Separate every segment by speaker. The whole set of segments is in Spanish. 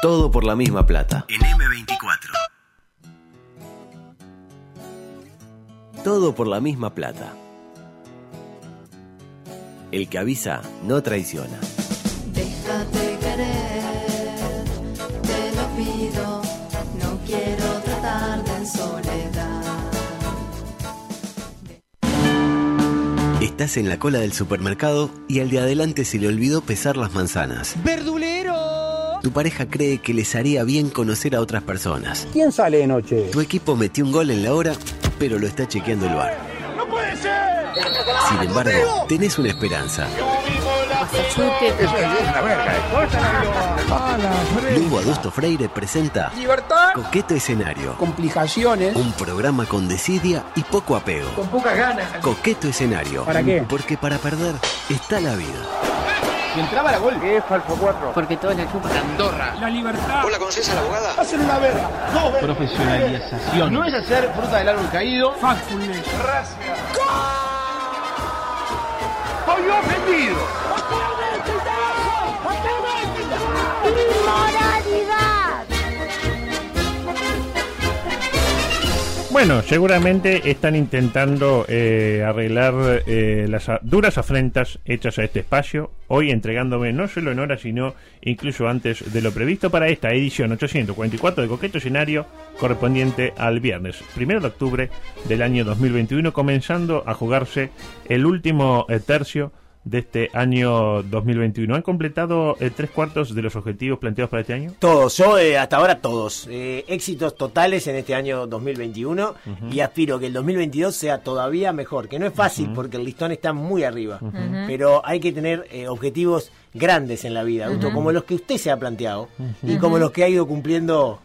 Speaker 1: Todo por la misma plata.
Speaker 2: En M24.
Speaker 1: Todo por la misma plata. El que avisa no traiciona.
Speaker 3: Déjate querer, te lo pido, no quiero tratar de en soledad.
Speaker 1: Estás en la cola del supermercado y al de adelante se le olvidó pesar las manzanas.
Speaker 4: ¡Verdulero!
Speaker 1: Tu pareja cree que les haría bien conocer a otras personas.
Speaker 5: ¿Quién sale de noche?
Speaker 1: Tu equipo metió un gol en la hora, pero lo está chequeando el bar.
Speaker 4: ¡No puede ser!
Speaker 1: Sin embargo, tenés una esperanza. Lugo Adusto Freire presenta
Speaker 4: ¡Libertad!
Speaker 1: Coqueto Escenario,
Speaker 5: Complicaciones.
Speaker 1: un programa con desidia y poco apego.
Speaker 4: Con pocas ganas.
Speaker 1: Coqueto Escenario.
Speaker 5: ¿Para qué?
Speaker 1: Porque para perder está la vida.
Speaker 4: Y entraba la gol. Es falso 4.
Speaker 6: Porque todos la chupan.
Speaker 5: Hacen una verga. Dos vergas.
Speaker 4: Profesionalización. No es hacer fruta del árbol caído.
Speaker 5: Factfulness.
Speaker 4: ¡Soy ofendido!
Speaker 7: Bueno, seguramente están intentando eh, arreglar eh, las a- duras afrentas hechas a este espacio, hoy entregándome no solo en hora, sino incluso antes de lo previsto para esta edición 844 de Coqueto Escenario, correspondiente al viernes, 1 de octubre del año 2021, comenzando a jugarse el último eh, tercio de este año 2021. ¿Han completado eh, tres cuartos de los objetivos planteados para este año?
Speaker 8: Todos, yo eh, hasta ahora todos. Eh, éxitos totales en este año 2021 y aspiro que el 2022 sea todavía mejor, que no es fácil porque el listón está muy arriba, pero hay que tener eh, objetivos grandes en la vida, Augusto, como los que usted se ha planteado y como los que ha ido cumpliendo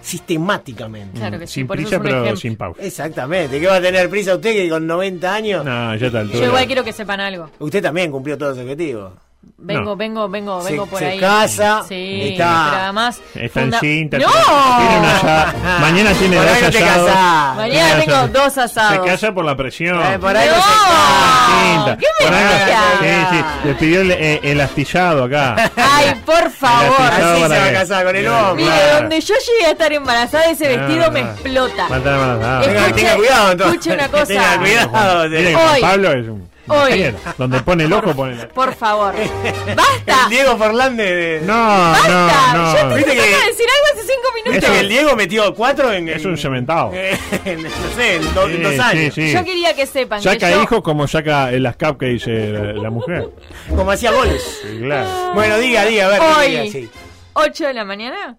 Speaker 8: sistemáticamente.
Speaker 6: Claro que sí.
Speaker 7: sin
Speaker 6: por
Speaker 7: prisa,
Speaker 6: eso es un
Speaker 7: pero
Speaker 6: ejemplo.
Speaker 7: sin pausa.
Speaker 8: Exactamente, ¿qué va a tener prisa usted que con 90 años?
Speaker 7: No, ya tal.
Speaker 6: Yo igual quiero que sepan algo.
Speaker 8: Usted también cumplió todos los objetivos.
Speaker 6: Vengo,
Speaker 7: No.
Speaker 6: vengo, vengo,
Speaker 8: Se-
Speaker 6: vengo por
Speaker 8: se
Speaker 6: ahí.
Speaker 8: casa,
Speaker 6: Sí,
Speaker 8: está-
Speaker 6: pero además.
Speaker 7: Está
Speaker 6: funda-
Speaker 7: encinta.
Speaker 6: ¡No!
Speaker 7: tiene un asa- Mañana tiene
Speaker 8: Por
Speaker 7: dos
Speaker 8: ahí no te
Speaker 7: asados.
Speaker 8: casás.
Speaker 6: Mañana
Speaker 7: Tiene
Speaker 6: tengo
Speaker 7: asa-
Speaker 6: dos asados.
Speaker 7: Se casa por la presión.
Speaker 8: Eh, por
Speaker 6: ¡No!
Speaker 8: ahí no se
Speaker 7: Encinta.
Speaker 6: ¡Qué
Speaker 7: Por ahí no-
Speaker 6: mentira!
Speaker 7: Sí, sí. Le pidió el, eh, el astillado acá.
Speaker 6: ¡Ay, por favor!
Speaker 7: El
Speaker 8: Así
Speaker 7: astillado
Speaker 8: se
Speaker 7: para
Speaker 8: va a
Speaker 7: que-
Speaker 8: casar con el
Speaker 7: Claro.
Speaker 8: hombre.
Speaker 6: Mire, donde yo llegué a estar embarazada, ese
Speaker 7: No,
Speaker 6: vestido me
Speaker 7: no.
Speaker 6: explota.
Speaker 7: Matar, matar, matar.
Speaker 6: Escuche-
Speaker 8: Tenga- tenga cuidado, entonces.
Speaker 6: escuche una cosa.
Speaker 8: Tenga cuidado.
Speaker 7: Mire que
Speaker 8: tenga-
Speaker 7: Juan
Speaker 6: Hoy.
Speaker 7: Pablo es un.
Speaker 6: Hoy.
Speaker 7: ingeniero. Donde pone el ojo, pone la.
Speaker 6: Por favor.
Speaker 8: El
Speaker 6: ¡Basta!
Speaker 8: Diego Fernández de...
Speaker 7: No,
Speaker 6: ¡Basta!
Speaker 7: no,
Speaker 6: Yo
Speaker 7: no.
Speaker 6: te
Speaker 8: Viste
Speaker 6: acabo
Speaker 8: que-
Speaker 6: de decir algo hace cinco minutos.
Speaker 8: ¿Viste
Speaker 7: Eso-
Speaker 8: que el Diego metió cuatro en.
Speaker 7: Es
Speaker 8: en-
Speaker 7: un cementado.
Speaker 6: Eh,
Speaker 8: en- no sé, en, do- en
Speaker 7: Sí,
Speaker 8: dos años.
Speaker 7: sí, sí.
Speaker 6: Yo quería que sepan
Speaker 7: Saca
Speaker 6: que yo...
Speaker 7: hijos como saca eh, las cap que dice la, la mujer.
Speaker 8: Como hacía goles.
Speaker 7: Sí, Claro.
Speaker 8: Bueno, diga, diga, a ver.
Speaker 6: Hoy.
Speaker 8: diga, sí.
Speaker 6: 8 de la mañana,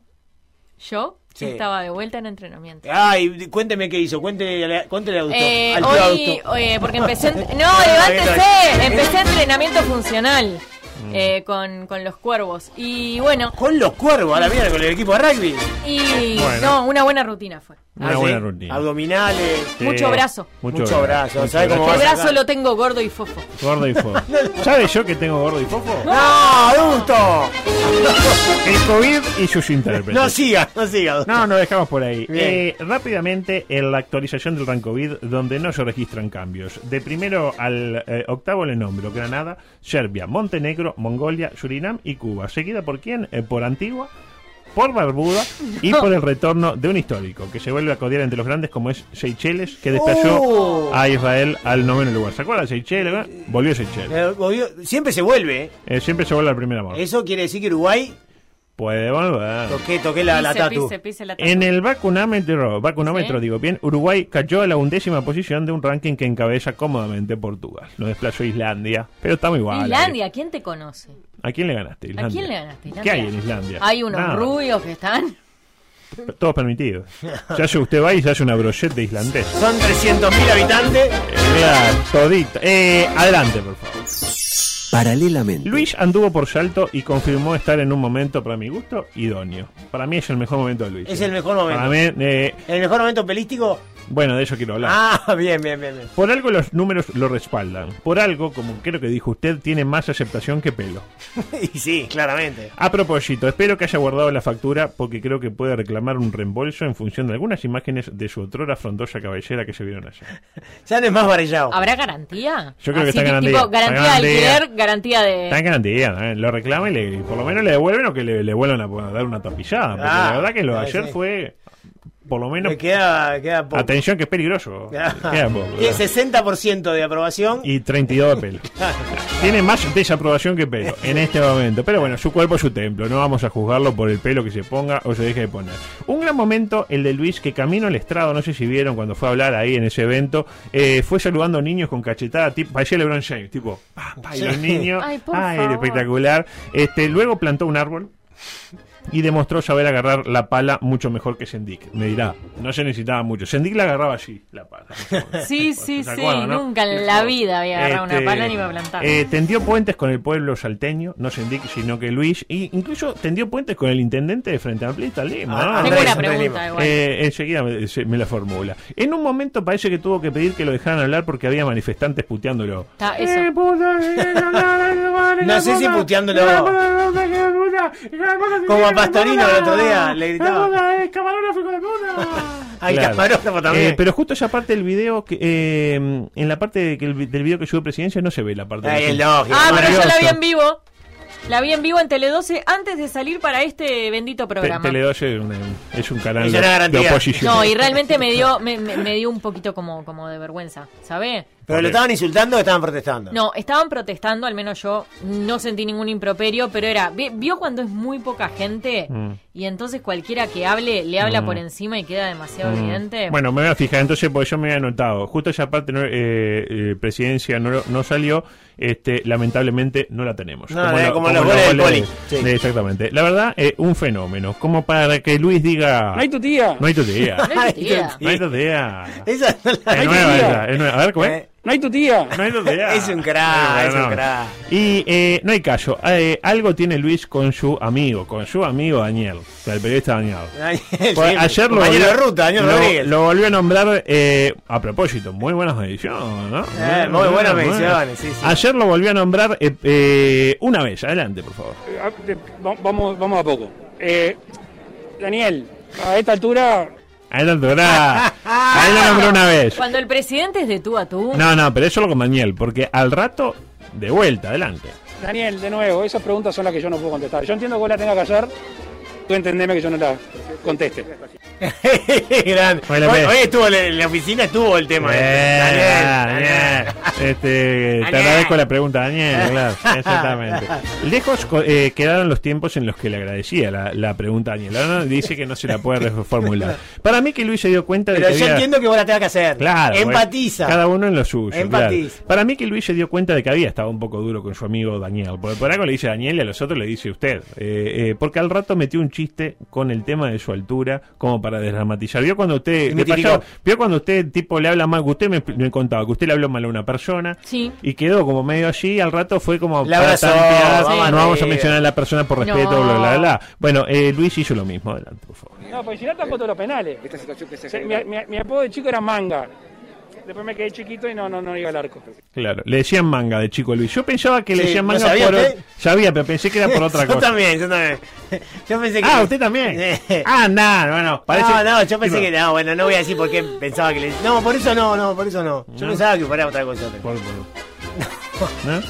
Speaker 6: yo
Speaker 8: Sí.
Speaker 6: estaba de vuelta en entrenamiento.
Speaker 8: Ay, di- cuénteme qué hizo. Cuéntele, cuéntele a Augusto.
Speaker 6: Eh,
Speaker 8: al tío
Speaker 6: hoy,
Speaker 8: Augusto.
Speaker 6: eh, porque empecé. en- No, levántese. Empecé entrenamiento funcional
Speaker 7: Mm.
Speaker 6: eh, con, con los cuervos. Y bueno,
Speaker 8: Con los cuervos, a la mierda, con el equipo de rugby.
Speaker 6: y.
Speaker 7: Bueno.
Speaker 6: No, una buena rutina fue.
Speaker 7: Una
Speaker 8: Ah,
Speaker 7: buena
Speaker 8: sí.
Speaker 7: rutina.
Speaker 8: Abdominales.
Speaker 6: Mucho brazo.
Speaker 7: Mucho,
Speaker 8: Mucho brazo,
Speaker 7: mucho
Speaker 8: ¿sabe cómo
Speaker 6: El
Speaker 8: Vas a
Speaker 6: brazo
Speaker 8: dar.
Speaker 6: lo tengo gordo y fofo.
Speaker 7: Gordo y fofo. ¿Sabes yo que tengo gordo y fofo?
Speaker 8: ¡No, Augusto!
Speaker 7: El COVID y sus intérpretes.
Speaker 8: No siga, no siga. Augusto.
Speaker 7: No, no dejamos por ahí.
Speaker 8: Bien.
Speaker 7: Eh, rápidamente, en la actualización del Rancovid, donde no se registran cambios. De primero al eh, octavo le nombro Granada, Serbia, Montenegro, Mongolia, Surinam y Cuba. ¿Seguida por quién? Eh, por Antigua, por Barbuda y por el retorno de un histórico que se vuelve a codiar entre los grandes como es Seychelles, que despachó
Speaker 8: Oh.
Speaker 7: a Israel al noveno lugar. ¿Se acuerdan? Seychelles, ¿verdad? volvió Seychelles.
Speaker 8: Eh, obvio, Siempre se vuelve. eh.
Speaker 7: Eh, siempre se vuelve al primer amor.
Speaker 8: Eso quiere decir que Uruguay
Speaker 7: Puede volver.
Speaker 8: toqué, toqué la, la
Speaker 6: Pise,
Speaker 8: tatu.
Speaker 6: pise, pise la tatu.
Speaker 7: En el vacunómetro, vacunómetro
Speaker 6: Sí.
Speaker 7: digo bien, Uruguay cayó a la undécima posición de un ranking que encabeza cómodamente Portugal. Lo desplazó Islandia, pero estamos igual.
Speaker 6: Islandia, ¿quién te conoce?
Speaker 7: ¿A quién le ganaste? Islandia?
Speaker 6: ¿A quién le ganaste?
Speaker 7: ¿Qué
Speaker 6: Islandia?
Speaker 7: hay en Islandia?
Speaker 6: Hay unos
Speaker 7: Nada.
Speaker 6: rubios que están.
Speaker 7: Todo permitido. Se hace- usted va y se hace una brocheta islandesa.
Speaker 8: Son 300.000 habitantes.
Speaker 7: Eh, vea, todito. Eh, adelante, por favor.
Speaker 1: Paralelamente.
Speaker 7: Luis anduvo por Salto y confirmó estar en un momento, para mi gusto, idóneo. Para mí es el mejor momento de Luis.
Speaker 8: Es el mejor momento.
Speaker 7: Para mí, eh,
Speaker 8: El mejor momento pelístico
Speaker 7: Bueno, de eso quiero hablar.
Speaker 8: Ah, bien, bien, bien. bien.
Speaker 7: Por algo los números lo respaldan. Por algo, como creo que dijo usted, tiene más aceptación que pelo.
Speaker 8: y sí, claramente.
Speaker 7: A propósito, espero que haya guardado la factura porque creo que puede reclamar un reembolso en función de algunas imágenes de su otrora frondosa cabellera que se vieron ayer.
Speaker 8: Ya no es más varillado.
Speaker 7: Ah,
Speaker 6: ¿Habrá garantía?
Speaker 7: Yo creo que está
Speaker 6: ti-
Speaker 7: garantía.
Speaker 6: tipo, garantía de
Speaker 7: Garantía.
Speaker 6: alquiler, garantía de.
Speaker 7: Está en garantía, ¿eh? lo reclama y le- por lo menos le devuelven o que le, le vuelvan a dar una tapillada. Porque
Speaker 8: Ah,
Speaker 7: la verdad que lo de
Speaker 8: ah,
Speaker 7: ayer
Speaker 8: sí.
Speaker 7: fue, por lo menos,
Speaker 8: Me queda, queda poco.
Speaker 7: atención que es peligroso. Queda poco,
Speaker 8: Tiene
Speaker 7: ¿verdad?
Speaker 8: 60% de aprobación.
Speaker 7: y 32 de pelo. Tiene más desaprobación que pelo en este momento. Pero bueno, su cuerpo es su templo. No vamos a juzgarlo por el pelo que se ponga o se deje de poner. Un gran momento el de Luis que camino al estrado, no sé si vieron cuando fue a hablar ahí en ese evento, eh, fue saludando niños con cachetada, tipo, parecía LeBron James, tipo, pa, pa, y los
Speaker 8: Sí.
Speaker 7: niños,
Speaker 6: Ay, por
Speaker 7: ay, era
Speaker 6: favor.
Speaker 7: espectacular. Este, luego plantó un árbol. Y demostró saber agarrar la pala mucho mejor que Sendik. Me dirá, no se necesitaba mucho. Sendik la agarraba así, la pala.
Speaker 6: Sí, sí,
Speaker 7: ¿Se
Speaker 6: sí.
Speaker 7: acuerdan, no?
Speaker 6: Nunca en la vida había agarrado
Speaker 7: Este,
Speaker 6: una pala ni me plantaba.
Speaker 7: eh, tendió puentes con el pueblo salteño, no Sendik, sino que Luis, y incluso tendió puentes con el intendente de Frente Amplista, Lima. ¿no?
Speaker 8: Ah,
Speaker 6: Tengo
Speaker 8: Andrés,
Speaker 6: una
Speaker 8: Andrés
Speaker 6: pregunta
Speaker 8: Lima.
Speaker 6: igual.
Speaker 7: Eh, enseguida me, se- me la formula. En un momento parece que tuvo que pedir que lo dejaran hablar porque había manifestantes puteándolo.
Speaker 6: Está eso.
Speaker 7: Eh, puta, eh, la, la, la, la, la,
Speaker 8: No sé
Speaker 7: puta,
Speaker 8: si puteándolo.
Speaker 7: la puta, la puta, que la puta, la puta, que
Speaker 8: Como
Speaker 7: la
Speaker 8: a
Speaker 7: puta,
Speaker 8: Pastorino
Speaker 7: la
Speaker 8: el otro día,
Speaker 7: puta,
Speaker 8: le
Speaker 7: la
Speaker 8: gritaba.
Speaker 7: puta, eh, camarógrafo, hijo de puta.
Speaker 8: Al
Speaker 7: Claro.
Speaker 8: camarógrafo también.
Speaker 7: Eh, pero justo esa parte del video, que, eh, en la parte de que el vi- del video que subió presidencia, no se ve la parte
Speaker 8: Ay,
Speaker 7: de
Speaker 8: es lógico.
Speaker 6: Ah, pero yo la vi
Speaker 7: maravilloso.
Speaker 6: en vivo. La vi en vivo en Tele 12 antes de salir para este bendito
Speaker 7: Te-
Speaker 6: programa.
Speaker 7: Teledoce es un, es un canal
Speaker 8: Es
Speaker 7: de,
Speaker 8: una garantía.
Speaker 7: de oposición.
Speaker 6: No, y realmente me dio, me, me- me dio un poquito como, como de vergüenza, ¿sabe?
Speaker 8: ¿Pero lo estaban insultando o estaban protestando?
Speaker 6: No, estaban protestando, al menos yo no sentí ningún improperio, pero era, vi- vio cuando es muy poca gente
Speaker 7: Mm.
Speaker 6: y entonces cualquiera que hable le habla por encima y queda demasiado evidente.
Speaker 7: Mm. Bueno, me voy a fijar entonces porque yo me había anotado. Justo esa parte, no, eh, eh, presidencia no, no salió. Este, lamentablemente no la tenemos.
Speaker 8: No, eh, como los goles del Poli. Sí.
Speaker 7: eh, Exactamente. La verdad, eh, un fenómeno. Como para que Luis diga.
Speaker 5: No hay tu tía.
Speaker 7: No hay tu tía.
Speaker 6: No hay idea.
Speaker 7: No hay tu tía.
Speaker 8: Esa no la-
Speaker 7: Es
Speaker 5: hay
Speaker 7: nueva
Speaker 5: tía.
Speaker 7: esa, es nueva. A ver, ¿cómo es?
Speaker 8: Eh,
Speaker 5: No hay tu tía.
Speaker 7: No hay idea.
Speaker 8: Es un crack,
Speaker 7: No,
Speaker 8: es un
Speaker 7: no.
Speaker 8: crack.
Speaker 7: Y eh, no hay caso. Eh, algo tiene Luis con su amigo, con su amigo Daniel, el periodista Daniel.
Speaker 8: Daniel,
Speaker 7: Pues
Speaker 8: sí,
Speaker 7: ayer lo
Speaker 8: compañero
Speaker 7: volvió,
Speaker 8: de ruta, Daniel
Speaker 7: lo-
Speaker 8: Rodríguez.
Speaker 7: lo volvió a nombrar eh, a propósito. Muy buenas mediciones, ¿no?
Speaker 8: Eh, muy buenas mediciones, sí, sí.
Speaker 7: Ayer lo volvió a nombrar eh, eh, una vez. Adelante, por favor.
Speaker 5: Eh, ah, de- va- Vamos, vamos a poco. Eh, Daniel, a esta altura
Speaker 7: Adelante, ¿verdad? Ahí lo nombró una vez.
Speaker 6: Cuando el presidente es de tú a tú,
Speaker 7: No, no, pero eso lo con Daniel, porque al rato, de vuelta, adelante.
Speaker 5: Daniel, de nuevo, esas preguntas son las que yo no puedo contestar. Yo entiendo que vos la tengas que hacer, tú entendeme que yo no la conteste.
Speaker 8: Gran.
Speaker 7: Hoy
Speaker 8: Hoy,
Speaker 7: la Eh, ves.
Speaker 8: hoy estuvo la- en la oficina estuvo el tema.
Speaker 7: Bien,
Speaker 8: este.
Speaker 7: bien. Este, te
Speaker 8: Daniel.
Speaker 7: agradezco la pregunta, Daniel. claro, exactamente. Lejos co- eh, quedaron los tiempos en los que le agradecía la, la pregunta a Daniel. Ahora dice que no se la puede reformular. Para mí que Luis se dio cuenta de
Speaker 8: Pero
Speaker 7: que
Speaker 8: yo
Speaker 7: había-
Speaker 8: entiendo que vos la tengas que hacer.
Speaker 7: Claro,
Speaker 8: Empatiza.
Speaker 7: bueno, Cada uno en lo suyo. claro.
Speaker 8: Empatiza.
Speaker 7: Para mí que Luis se dio cuenta de que había estado un poco duro con su amigo Daniel. Porque por algo le dice Daniel y a los otros le dice usted. Eh, eh, porque al rato metió un chiste con el tema de su altura como para desdramatizar. Vio cuando usted...
Speaker 8: Y me
Speaker 7: de paso,
Speaker 8: criticó.
Speaker 7: vio cuando usted tipo le habla mal, que usted me, me contaba que usted le habló mal a una persona
Speaker 6: Sí.
Speaker 7: y quedó como medio allí. Al rato fue como...
Speaker 8: La
Speaker 7: para
Speaker 8: abrazó,
Speaker 7: tantear,
Speaker 8: vamos
Speaker 7: no vamos a
Speaker 8: arriba.
Speaker 7: mencionar a la persona por respeto,
Speaker 6: No.
Speaker 7: bla, bla, bla. Bueno, eh, Luis hizo lo mismo. Adelante, por favor.
Speaker 5: No, pues si no tampoco todos los penales. Se- mi, mi- mi apodo de chico era manga. Después me quedé chiquito y no, no, no iba al arco.
Speaker 7: Claro, le decían manga de chico Luis. Yo pensaba que le
Speaker 8: Sí,
Speaker 7: decían
Speaker 8: ¿lo
Speaker 7: manga
Speaker 8: sabía
Speaker 7: por.
Speaker 8: usted?
Speaker 7: Sabía, pero pensé que era por otra
Speaker 8: Yo
Speaker 7: cosa.
Speaker 8: también, yo también. Yo pensé que.
Speaker 7: Ah, usted también.
Speaker 8: Eh,
Speaker 7: ah, nada, bueno, parece.
Speaker 8: No, no, yo pensé
Speaker 7: Tipo,
Speaker 8: que no, bueno, no voy a decir por qué pensaba que le. No, por eso no, no, por eso no. Yo
Speaker 7: No.
Speaker 8: pensaba que fuera otra cosa. No,
Speaker 7: por- por- ¿no?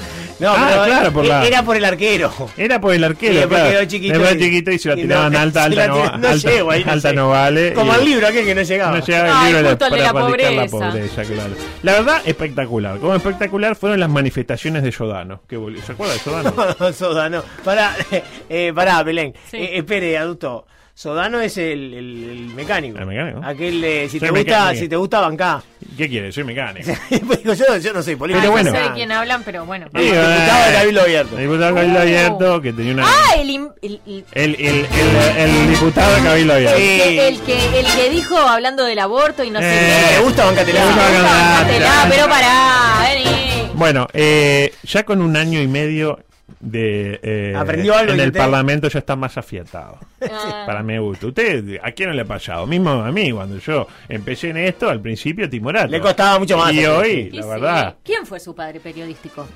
Speaker 7: Ah,
Speaker 8: pero eh,
Speaker 7: claro, por la-
Speaker 8: era por el arquero.
Speaker 7: Era por el arquero.
Speaker 8: Y después
Speaker 7: claro.
Speaker 8: quedó chiquito
Speaker 7: Después
Speaker 8: y-
Speaker 7: chiquito y se la
Speaker 8: y no,
Speaker 7: tiraban alta,
Speaker 8: se la
Speaker 7: alta, no,
Speaker 8: tira- no
Speaker 7: alta,
Speaker 8: llego ahí, no
Speaker 7: alta
Speaker 8: llego.
Speaker 7: no vale.
Speaker 8: Como
Speaker 7: y-
Speaker 8: el libro aquel que no llegaba.
Speaker 7: No llegaba el
Speaker 6: Ay,
Speaker 7: libro de la-
Speaker 6: justo el de
Speaker 7: para
Speaker 6: la
Speaker 7: practicar la
Speaker 6: pobreza.
Speaker 7: pobreza, claro. La verdad, espectacular. Como espectacular fueron las manifestaciones de Sodano. Que vol- ¿Se acuerda de Sodano?
Speaker 8: No, Sodano. Pará, eh, pará, Belén.
Speaker 6: Sí.
Speaker 8: Eh, espere, adulto. Sodano es el, el- el mecánico.
Speaker 7: El mecánico.
Speaker 8: Aquel, eh, si,
Speaker 7: Soy
Speaker 8: te gusta,
Speaker 7: mecánico.
Speaker 8: si te gusta, bancá.
Speaker 7: ¿Qué quiere? Soy mecánico.
Speaker 8: Digo, yo, yo no soy político.
Speaker 7: Pero
Speaker 6: Ay,
Speaker 7: bueno.
Speaker 6: no Ah, sé de quién hablan, pero bueno.
Speaker 7: Sí,
Speaker 8: diputado
Speaker 7: eh,
Speaker 8: de Cabildo Abierto.
Speaker 7: el Diputado de Cabildo Abierto, que tenía una.
Speaker 6: Ah, el, im- el- el-
Speaker 7: El, el, el, el diputado de Cabildo Abierto.
Speaker 8: Sí.
Speaker 6: que- el que, el que dijo hablando del aborto y no sé
Speaker 7: Eh,
Speaker 6: qué.
Speaker 8: ¿Te gusta,
Speaker 7: Le gusta,
Speaker 8: bancatela?
Speaker 7: bancatela.
Speaker 6: Bancatela, pero pará, vení.
Speaker 7: Bueno, eh, ya con un año y medio de eh,
Speaker 8: Aprendió algo
Speaker 7: en
Speaker 8: y
Speaker 7: el
Speaker 8: usted-
Speaker 7: Parlamento ya está más afiatado.
Speaker 6: Ah.
Speaker 7: Para mi gusto. ¿Usted a quién no le ha pasado? Mismo a mí, cuando yo empecé en esto, al principio timorato.
Speaker 8: Le costaba mucho más.
Speaker 7: Y hoy,
Speaker 6: Y
Speaker 7: la
Speaker 6: sí.
Speaker 7: verdad,
Speaker 6: ¿Quién fue su padre periodístico?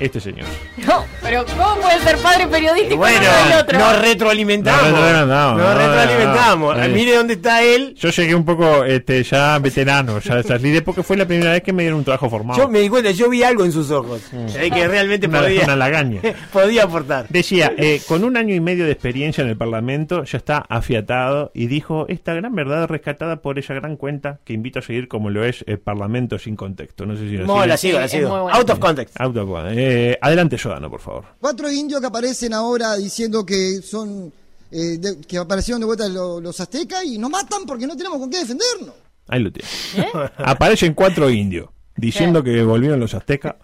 Speaker 7: este señor.
Speaker 6: No, pero ¿cómo puede ser padre periodístico
Speaker 8: Y bueno,
Speaker 6: uno del otro?
Speaker 8: nos retroalimentamos.
Speaker 7: Nos retroalimentamos,
Speaker 8: Nos
Speaker 7: no,
Speaker 8: retroalimentamos.
Speaker 7: no, no.
Speaker 8: Mire dónde está él.
Speaker 7: Yo llegué un poco este, ya veterano, ya salí de porque fue la primera vez que me dieron un trabajo formado.
Speaker 8: Yo me di cuenta, yo vi algo en sus ojos. Eh, que realmente
Speaker 7: una, una
Speaker 8: podía,
Speaker 7: lagaña.
Speaker 8: podía aportar.
Speaker 7: Decía, eh, con un año y medio de experiencia en el Parlamento, ya está afiatado y dijo esta gran verdad rescatada por esa gran cuenta que invito a seguir como lo es el Parlamento sin contexto. No sé si lo
Speaker 8: No,
Speaker 7: sigue.
Speaker 8: la sigo, la
Speaker 6: es muy
Speaker 8: sigo.
Speaker 6: bueno.
Speaker 8: Out of context.
Speaker 7: Auto- eh, adelante, Sodano, por favor.
Speaker 2: Cuatro indios que aparecen ahora diciendo que son eh, de- que aparecieron de vuelta lo- los aztecas y nos matan porque no tenemos con qué defendernos.
Speaker 7: Ahí lo tiene.
Speaker 8: ¿Eh?
Speaker 7: Aparecen cuatro indios diciendo que volvieron los aztecas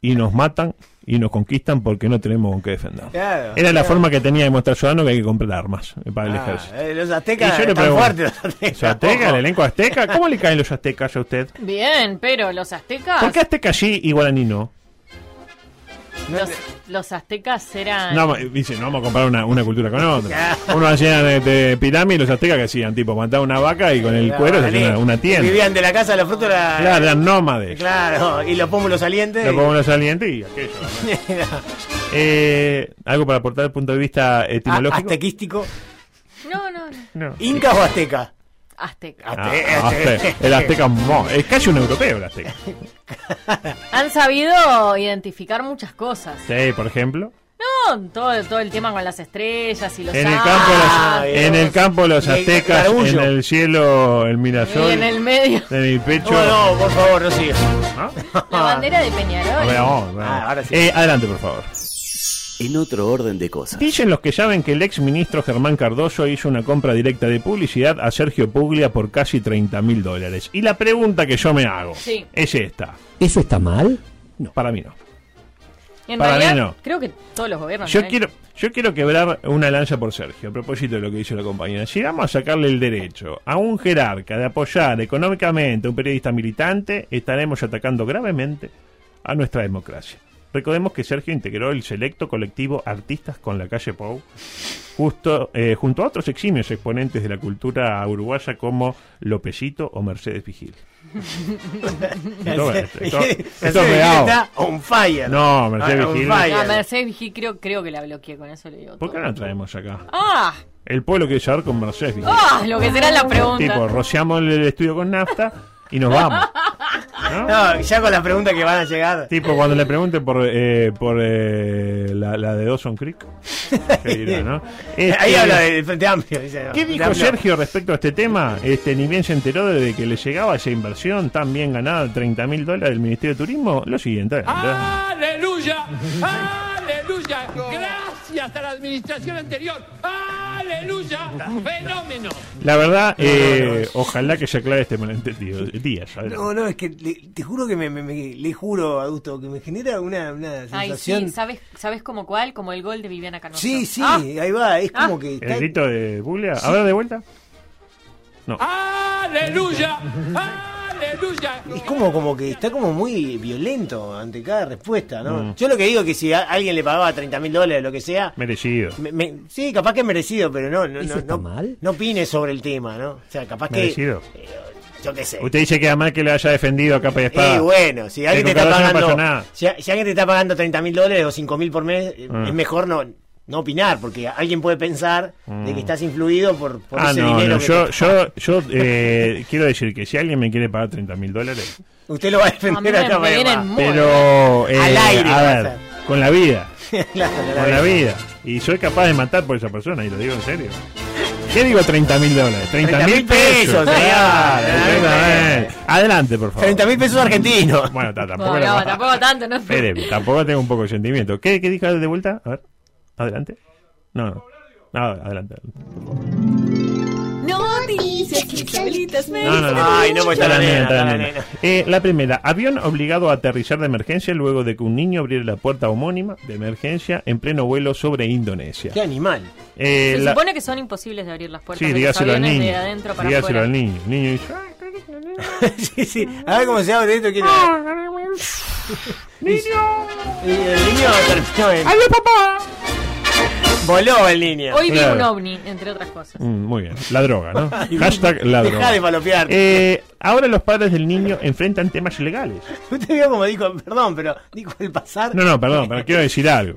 Speaker 7: y nos matan y nos conquistan porque no tenemos con qué defender.
Speaker 8: Claro,
Speaker 7: Era la forma que tenía de mostrar Sodano que hay que comprar armas eh, para el
Speaker 8: Ah,
Speaker 7: ejército.
Speaker 8: eh, los
Speaker 7: Y yo
Speaker 8: aztecas
Speaker 7: le
Speaker 8: están
Speaker 7: pregunto,
Speaker 8: fuertes. Los aztecas,
Speaker 7: ¿los aztecas, el
Speaker 8: ojo.
Speaker 7: elenco azteca? ¿Cómo le caen los aztecas a usted?
Speaker 6: Bien, pero los aztecas.
Speaker 7: ¿Por qué azteca sí y guaraní no?
Speaker 6: Los, los aztecas eran.
Speaker 7: No, dice, no vamos a comparar una, una cultura con otra.
Speaker 8: Claro.
Speaker 7: Uno hacían de, de pirámide y los aztecas que hacían, tipo, mataban una vaca y con el cuero se
Speaker 8: Vale.
Speaker 7: hacían una, una tienda.
Speaker 8: Vivían de la casa a la fruta. la-
Speaker 7: Claro, eran nómades.
Speaker 8: Claro, y los pómulos salientes.
Speaker 7: Le pongo los salientes y aquello. Eh, ¿Algo para aportar desde el punto de vista
Speaker 8: Ah,
Speaker 7: etimológico?
Speaker 8: Aztequístico.
Speaker 6: no, no, no.
Speaker 7: No.
Speaker 8: ¿Incas o azteca?
Speaker 6: Azteca.
Speaker 7: Ah,
Speaker 8: Azte-
Speaker 7: azte- El azteca mo- es casi un europeo el azteca.
Speaker 6: Han sabido identificar muchas cosas.
Speaker 7: Sí, por ejemplo.
Speaker 6: No, todo, todo el tema con las estrellas y los
Speaker 7: En el
Speaker 6: astros.
Speaker 7: campo,
Speaker 8: Ah,
Speaker 7: los, en el
Speaker 8: Dios.
Speaker 7: campo los
Speaker 8: Me-
Speaker 7: aztecas,
Speaker 8: me
Speaker 7: en
Speaker 8: orgullo.
Speaker 7: el cielo el mirasol,
Speaker 6: Y en el medio.
Speaker 7: en el pecho.
Speaker 8: No, no, por favor, no sigas.
Speaker 7: ¿no?
Speaker 6: La bandera de Peñarol.
Speaker 7: A ver, vamos, vamos.
Speaker 8: Ah, ahora sí.
Speaker 7: Eh, adelante, por favor.
Speaker 1: En otro orden de cosas.
Speaker 7: Dicen los que saben que el ex ministro Germán Cardoso hizo una compra directa de publicidad a Sergio Puglia por casi 30 mil dólares. Y la pregunta que yo me hago
Speaker 6: Sí.
Speaker 7: es esta.
Speaker 9: ¿Eso está mal?
Speaker 7: Para mí no.
Speaker 6: En
Speaker 7: Para mí
Speaker 6: realidad,
Speaker 7: no.
Speaker 6: creo que todos los gobiernos.
Speaker 7: Yo
Speaker 6: ¿no?
Speaker 7: quiero, yo quiero quebrar una lanza por Sergio, a propósito de lo que dice la compañera. Si vamos a sacarle el derecho a un jerarca de apoyar económicamente a un periodista militante, estaremos atacando gravemente a nuestra democracia. Recordemos que Sergio integró el selecto colectivo Artistas con la calle Pou, justo, eh, junto a otros eximios exponentes de la cultura uruguaya como Lopecito o Mercedes Vigil. esto, esto- esto es
Speaker 8: Mercedes
Speaker 7: real.
Speaker 8: Está on fire.
Speaker 7: No, Mercedes
Speaker 8: Ah, on
Speaker 7: Vigil.
Speaker 8: fire.
Speaker 6: Ah, Mercedes Vigil creo, creo que la bloqueé, con eso le digo.
Speaker 7: ¿Por qué
Speaker 6: todo.
Speaker 7: no la traemos acá?
Speaker 6: ¡Ah!
Speaker 7: El pueblo quiere llevar con Mercedes. Vigil.
Speaker 6: ¡Ah! Lo que será la pregunta.
Speaker 7: Tipo, rociamos el estudio con nafta y nos vamos. ¿no?
Speaker 8: No, ya con las preguntas que van a llegar.
Speaker 7: Tipo, cuando le pregunten por, eh, por eh, la, la de Dawson Creek, ¿qué dirá, no?
Speaker 8: Ahí
Speaker 7: Este,
Speaker 8: habla del Frente Amplio. dice,
Speaker 7: ¿Qué
Speaker 8: no,
Speaker 7: dijo
Speaker 8: no.
Speaker 7: Sergio respecto a este tema? Este, ni bien se enteró de que le llegaba esa inversión tan bien ganada, 30 mil dólares del Ministerio de Turismo, lo siguiente.
Speaker 8: Ah.
Speaker 5: Aleluya, aleluya, gracias a la administración anterior, aleluya, fenómeno.
Speaker 7: La verdad, eh, ojalá que se aclare este malentendido. Díaz, adelante.
Speaker 8: No, no, es que le- te juro que me, me- me- le juro, Augusto, que me genera una, una
Speaker 6: Ay, sí,
Speaker 8: sensación.
Speaker 6: ¿sabes, ¿sabes como cuál? Como el gol de Viviana Canosa.
Speaker 8: sí, sí,
Speaker 6: Ah,
Speaker 8: ahí va, es como
Speaker 6: Ah.
Speaker 8: que
Speaker 7: ¿El
Speaker 8: está-
Speaker 7: grito de Buglia? A ver, de vuelta.
Speaker 5: Aleluya, aleluya.
Speaker 8: es como como que está como muy violento ante cada respuesta, ¿no?
Speaker 7: Mm.
Speaker 8: Yo lo que digo es que si a alguien le pagaba 30 mil dólares, lo que sea,
Speaker 7: Merecido.
Speaker 8: Me- me- sí, capaz que es merecido, pero no, no,
Speaker 9: ¿Eso
Speaker 8: no,
Speaker 9: está
Speaker 8: no,
Speaker 9: mal?
Speaker 8: no opine sobre el tema, ¿no? O sea, capaz
Speaker 7: Merecido.
Speaker 8: que. eh, yo qué sé.
Speaker 7: Usted dice que además que le haya defendido a capa y espada.
Speaker 8: Y Eh, bueno, si alguien te
Speaker 7: Que
Speaker 8: está
Speaker 7: con Cardoso no
Speaker 8: pagando.
Speaker 7: pasó nada.
Speaker 8: si, a- si alguien te está pagando 30 mil dólares o 5 mil por mes, eh,
Speaker 7: Ah.
Speaker 8: es mejor no, no opinar, porque alguien puede pensar de que estás influido por, por
Speaker 7: Mm. Ah,
Speaker 8: ese
Speaker 7: no,
Speaker 8: dinero.
Speaker 7: no,
Speaker 8: que
Speaker 7: yo,
Speaker 8: te-
Speaker 7: yo, yo eh, quiero decir que si alguien me quiere pagar 30 mil dólares,
Speaker 8: Usted lo va a
Speaker 6: a mí
Speaker 8: defender
Speaker 6: me,
Speaker 8: hasta
Speaker 6: me
Speaker 8: mañana.
Speaker 6: vienen muy bien.
Speaker 7: pero eh,
Speaker 8: Al aire,
Speaker 7: a
Speaker 8: vas
Speaker 7: ver, con la vida,
Speaker 8: Claro,
Speaker 7: con la vida. Y soy capaz de matar por esa persona, y lo digo en serio. ¿Qué digo 30 mil dólares? 30 mil
Speaker 8: 30.000 pesos,
Speaker 7: pesos.
Speaker 8: señor.
Speaker 7: Claro,
Speaker 8: 30.000
Speaker 7: exactamente. Adelante, por favor.
Speaker 8: 30 mil pesos argentinos.
Speaker 7: Bueno, ta- tampoco,
Speaker 6: No,
Speaker 7: la-
Speaker 6: no, tampoco tanto, ¿no?
Speaker 7: Espere, tampoco tengo un poco de sentimiento. ¿Qué, qué dijo de vuelta? A ver, adelante. No, no. No, adelante.
Speaker 3: Noticias que solitas me
Speaker 7: No, ah, no, no.
Speaker 8: Ay, no, pues
Speaker 7: Está
Speaker 8: está
Speaker 7: la
Speaker 8: la
Speaker 7: nena,
Speaker 8: nena,
Speaker 7: está la
Speaker 8: está la
Speaker 7: nena.
Speaker 8: nena.
Speaker 7: Eh, la primera, avión obligado a aterrizar de emergencia luego de que un niño abriera la puerta homónima de emergencia en pleno vuelo sobre Indonesia.
Speaker 8: Qué animal.
Speaker 7: Eh,
Speaker 6: Se
Speaker 7: la-
Speaker 6: supone que son imposibles de abrir las puertas.
Speaker 7: Sí,
Speaker 6: de los
Speaker 7: dígaselo al
Speaker 6: aviones
Speaker 7: niño.
Speaker 6: De adentro para
Speaker 7: Dígaselo
Speaker 6: afuera.
Speaker 7: al niño. El niño dice, "Ah,
Speaker 8: sí, sí. A ver cómo se abre esto. quiero- Y el niño terminó en...
Speaker 5: ¡Adiós, papá!
Speaker 8: Voló el niño.
Speaker 6: Hoy vi
Speaker 7: Claro.
Speaker 6: un ovni, entre otras cosas.
Speaker 7: Mm, muy bien, la droga, ¿no? Hashtag la droga.
Speaker 8: Dejá de palopearte.
Speaker 7: Eh, ahora los padres del niño enfrentan temas legales.
Speaker 8: Usted vio como dijo, perdón, pero dijo al pasar.
Speaker 7: No, no, perdón, pero quiero decir algo.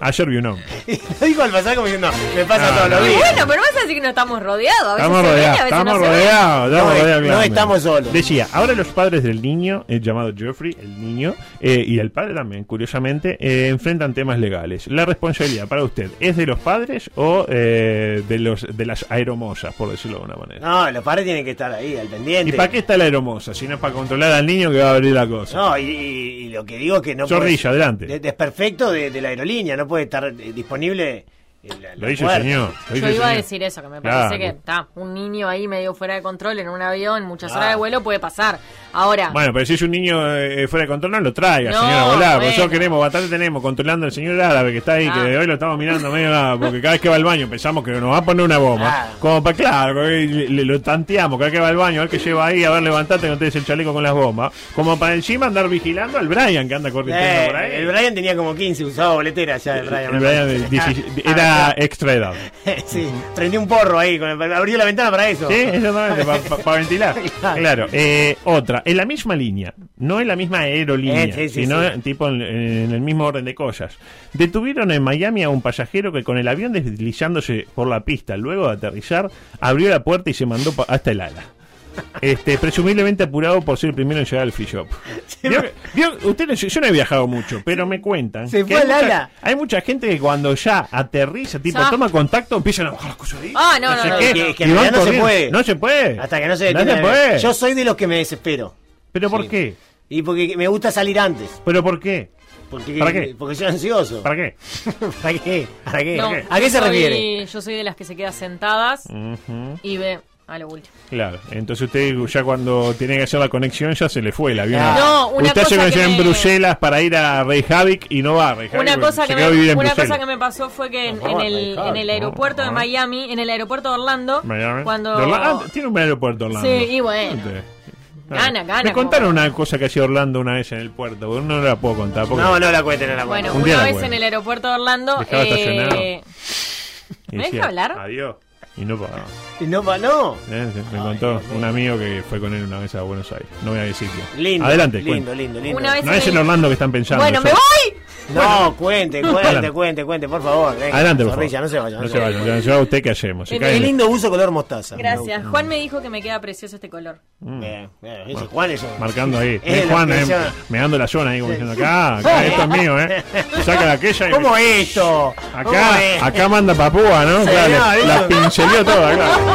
Speaker 7: Ayer vi un hombre. Ah,
Speaker 8: Lo dijo al pasar como diciendo, me pasa
Speaker 7: No,
Speaker 8: todos
Speaker 7: no.
Speaker 8: los
Speaker 6: Y
Speaker 8: días.
Speaker 6: bueno, pero vas a decir que no estamos rodeados. A veces
Speaker 7: Estamos
Speaker 6: se ven y
Speaker 7: rodeados,
Speaker 6: a veces
Speaker 7: estamos
Speaker 6: no se ven.
Speaker 7: rodeados, estamos
Speaker 8: No,
Speaker 7: rodeados,
Speaker 8: no
Speaker 7: claramente.
Speaker 8: estamos solos.
Speaker 7: Decía, ahora los padres del niño, eh, llamado Jeffrey, el niño, eh, y el padre también, curiosamente, eh, enfrentan temas legales. ¿La responsabilidad para usted es de los padres o eh, de los de las aeromosas, por decirlo de una manera?
Speaker 8: No, los padres tienen que estar ahí, al pendiente.
Speaker 7: ¿Y para qué está la aeromosa? Si no es para controlar al niño que va a abrir la cosa.
Speaker 8: No, y, y- y lo que digo es que no
Speaker 7: Zorrilla,
Speaker 8: puede-
Speaker 7: adelante.
Speaker 8: de- Desperfecto de, de la aerolínea, no puede estar eh, disponible. en la-
Speaker 7: Lo
Speaker 8: la
Speaker 7: dice
Speaker 8: puerta.
Speaker 7: el señor. lo dice
Speaker 6: Yo
Speaker 7: el
Speaker 6: iba a
Speaker 7: señor.
Speaker 6: decir eso, que me parece
Speaker 7: Claro.
Speaker 6: que está un niño ahí medio fuera de control en un avión, muchas
Speaker 8: Ah.
Speaker 6: horas de vuelo puede pasar. Ahora,
Speaker 7: Bueno, pero si es un niño eh, fuera de control, no lo traiga,
Speaker 6: No,
Speaker 7: señora Volá. Porque
Speaker 6: bueno.
Speaker 7: nosotros queremos, bastante tenemos, controlando al señor árabe que está ahí,
Speaker 6: Ah.
Speaker 7: que hoy lo estamos mirando medio, ah, porque cada vez que va al baño pensamos que nos va a poner una bomba.
Speaker 8: Claro.
Speaker 7: Como para, claro, porque le, le- lo tanteamos, cada vez que va al baño, a ver que lleva ahí, a ver, levantate, no te des el chaleco con las bombas. Como para encima andar vigilando al Brian que anda corriendo
Speaker 8: Eh,
Speaker 7: por ahí.
Speaker 8: el Brian tenía como 15, usaba boletera ya el Brian. Ah,
Speaker 7: El Brian de 16 era extra edad.
Speaker 8: sí, prendió un porro ahí, con el- abrió la ventana para eso.
Speaker 7: Sí, exactamente, para ventilar.
Speaker 8: Claro.
Speaker 7: Claro. eh, otra, en la misma línea, no en la misma aerolínea,
Speaker 8: Eh, sí, sí,
Speaker 7: sino
Speaker 8: sí.
Speaker 7: tipo en, en el mismo orden de cosas. Detuvieron en Miami a un pasajero que con el avión deslizándose por la pista luego de aterrizar, abrió la puerta y se mandó pa- hasta el ala. Este, presumiblemente apurado por ser el primero en llegar al free shop. Vio- vio- usted no- yo no he viajado mucho, pero me cuentan.
Speaker 8: Se
Speaker 7: que
Speaker 8: fue
Speaker 7: hay
Speaker 8: al
Speaker 7: mucha-
Speaker 8: ala.
Speaker 7: Hay mucha gente que cuando ya aterriza, tipo,
Speaker 6: Ya.
Speaker 7: toma contacto, empiezan a bajar las cosas ahí.
Speaker 6: Ah, no, no,
Speaker 7: sé
Speaker 6: no,
Speaker 7: qué,
Speaker 6: no, no.
Speaker 8: Es que en
Speaker 7: y van
Speaker 8: realidad no se
Speaker 7: corriendo.
Speaker 8: puede.
Speaker 7: No se puede.
Speaker 8: Hasta que no se
Speaker 7: No
Speaker 8: detiene.
Speaker 7: se puede.
Speaker 8: Yo soy de los que me desespero.
Speaker 7: ¿Pero por
Speaker 8: Sí.
Speaker 7: qué?
Speaker 8: Y porque me gusta salir antes.
Speaker 7: ¿Pero por qué?
Speaker 8: Porque,
Speaker 7: ¿Para qué?
Speaker 8: Porque soy ansioso.
Speaker 7: ¿Para qué?
Speaker 8: ¿Para qué? ¿Para qué?
Speaker 6: no,
Speaker 8: ¿A qué se
Speaker 6: yo soy-
Speaker 8: refiere?
Speaker 6: Yo soy de las que se queda sentadas
Speaker 7: Ujú,
Speaker 6: y ve a lo último.
Speaker 7: Claro, entonces usted ya cuando tiene que hacer la conexión ya se le fue el avión.
Speaker 8: Ah.
Speaker 6: No, una
Speaker 7: usted hace
Speaker 6: cosa
Speaker 7: conexión
Speaker 6: que
Speaker 7: en
Speaker 6: me-
Speaker 7: Bruselas para ir a Reykjavik y no va a Reykjavik.
Speaker 6: Una
Speaker 7: porque
Speaker 6: cosa,
Speaker 7: se
Speaker 6: que
Speaker 7: quedó a vivir
Speaker 6: me,
Speaker 7: en
Speaker 6: una cosa
Speaker 7: Bruselas.
Speaker 6: que me pasó fue que en,
Speaker 8: Por
Speaker 6: en
Speaker 8: favor,
Speaker 6: el,
Speaker 8: Michael.
Speaker 6: en el aeropuerto de
Speaker 7: Ah.
Speaker 6: Miami, en el aeropuerto de Orlando,
Speaker 7: Miami.
Speaker 6: cuando...
Speaker 7: De Orla- ah, tiene un aeropuerto Orlando.
Speaker 6: Sí, y bueno.
Speaker 7: Sí.
Speaker 6: Gana,
Speaker 7: Ah.
Speaker 6: gana,
Speaker 7: Me
Speaker 6: como-
Speaker 7: contaron una cosa que hacía Orlando una vez en el puerto, porque no la puedo contar. Porque
Speaker 8: No, no la cuenten, no la cuenten.
Speaker 6: Bueno,
Speaker 7: Un día
Speaker 6: una
Speaker 7: la
Speaker 6: vez
Speaker 7: cuento.
Speaker 6: en el aeropuerto de Orlando...
Speaker 7: Dejaba
Speaker 6: eh,
Speaker 7: estacionado.
Speaker 6: ¿me deja
Speaker 7: decía,
Speaker 6: hablar?
Speaker 7: Adiós. Y no pagaba.
Speaker 8: Y No, pa- no.
Speaker 7: Eh, Me contó un amigo que fue con él una vez a Buenos Aires. No voy a decir quién.
Speaker 8: Lindo.
Speaker 7: Adelante,
Speaker 8: lindo,
Speaker 7: cuente.
Speaker 8: lindo, lindo.
Speaker 6: Una vez-
Speaker 7: No es el Orlando que están pensando.
Speaker 6: bueno,
Speaker 7: yo-
Speaker 6: me voy.
Speaker 8: No, cuente,
Speaker 7: Adelante.
Speaker 8: cuente, cuente, cuente, por favor. venga.
Speaker 7: Adelante, por
Speaker 8: Zorrilla,
Speaker 7: favor.
Speaker 8: no se vaya.
Speaker 7: No se vaya. ya- ya usted que hacemos. Se
Speaker 6: Qué
Speaker 8: Qué
Speaker 7: cae.
Speaker 8: lindo uso color mostaza. Mm.
Speaker 6: Gracias. Juan me dijo que me queda precioso este color.
Speaker 8: Bien, bien, ese Juan es un-
Speaker 7: Marcando ahí.
Speaker 8: Es
Speaker 7: Eh,
Speaker 8: la
Speaker 7: Juan, eh,
Speaker 8: expresión.
Speaker 7: me dando la zona ahí como diciendo acá, acá, esto es mío, ¿eh? Saca la aquella y
Speaker 8: ¿Cómo esto?
Speaker 7: acá, acá manda papúa, ¿no? Claro,
Speaker 8: no,
Speaker 7: la
Speaker 8: eso-
Speaker 7: pincelió toda, claro.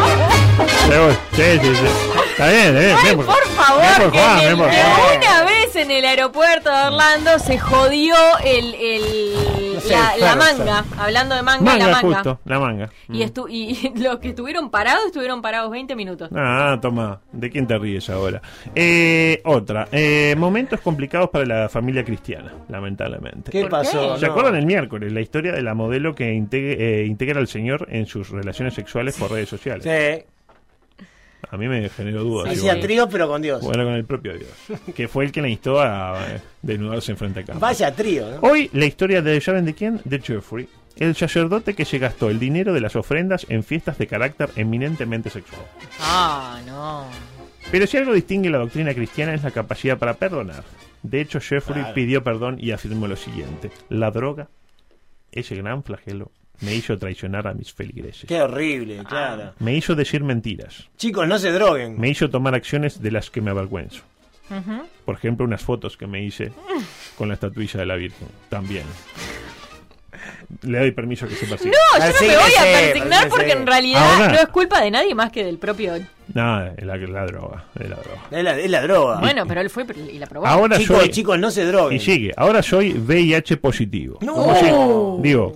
Speaker 7: Seguro. Sí, sí, sí. Está bien, está bien.
Speaker 6: Ay,
Speaker 7: bien
Speaker 6: por
Speaker 7: bien
Speaker 6: favor,
Speaker 7: por
Speaker 6: que
Speaker 7: Juan,
Speaker 6: en el-
Speaker 7: bien por
Speaker 6: de
Speaker 7: Juan.
Speaker 6: una vez en el aeropuerto de Orlando se jodió el, el-
Speaker 8: No sé,
Speaker 6: la, la
Speaker 8: claro,
Speaker 6: manga. Hablando de manga, la
Speaker 7: Manga,
Speaker 6: manga.
Speaker 7: justo, Mm. la manga.
Speaker 6: Y, estu- y los que estuvieron parados, estuvieron parados 20 minutos.
Speaker 7: Ah, toma, ¿de quién te ríes ahora? Eh, otra, eh, momentos complicados para la familia cristiana, lamentablemente.
Speaker 8: ¿Qué
Speaker 6: ¿Por
Speaker 8: pasó?
Speaker 6: qué?
Speaker 7: ¿Se
Speaker 8: No.
Speaker 7: acuerdan el miércoles la historia de la modelo que integ- eh, integra al señor en sus relaciones sexuales por redes sociales?
Speaker 8: Sí.
Speaker 7: A mí me generó dudas.
Speaker 6: Sí,
Speaker 7: igual.
Speaker 8: Hacía trío, pero con Dios.
Speaker 7: Bueno, con el propio Dios, que fue el que la instó a eh, desnudarse enfrente a cámara.
Speaker 8: Vaya trío, ¿no?
Speaker 7: Hoy la historia de, ¿saben de quién? De Jeffrey, el sacerdote que se gastó el dinero de las ofrendas en fiestas de carácter eminentemente sexual.
Speaker 6: Ah, no.
Speaker 7: Pero si algo distingue la doctrina cristiana es la capacidad para perdonar. De hecho, Jeffrey
Speaker 8: Claro.
Speaker 7: pidió perdón y afirmó lo siguiente: La droga, ese gran flagelo, me hizo traicionar a mis feligreses.
Speaker 8: Qué
Speaker 7: Ah.
Speaker 8: horrible, claro.
Speaker 7: Me hizo decir mentiras.
Speaker 8: Chicos, no se droguen.
Speaker 7: Me hizo tomar acciones de las que me avergüenzo. Por ejemplo, unas fotos que me hice con la estatuilla de la Virgen. También. Le doy permiso que se persiga.
Speaker 6: No, yo no me voy a
Speaker 8: Persígnese,
Speaker 6: persignar porque en
Speaker 8: persígnese.
Speaker 6: realidad
Speaker 7: Ahora.
Speaker 6: no es culpa de nadie más que del propio.
Speaker 7: Nada, es la, la droga. es la droga.
Speaker 8: Es la, es la droga.
Speaker 6: Bueno, pero él fue y la probó.
Speaker 7: Ah. Ahora
Speaker 8: chicos,
Speaker 7: soy-
Speaker 8: chicos, no se droguen.
Speaker 7: Y sigue, ahora soy VIH positivo.
Speaker 8: No.
Speaker 7: Como si- digo,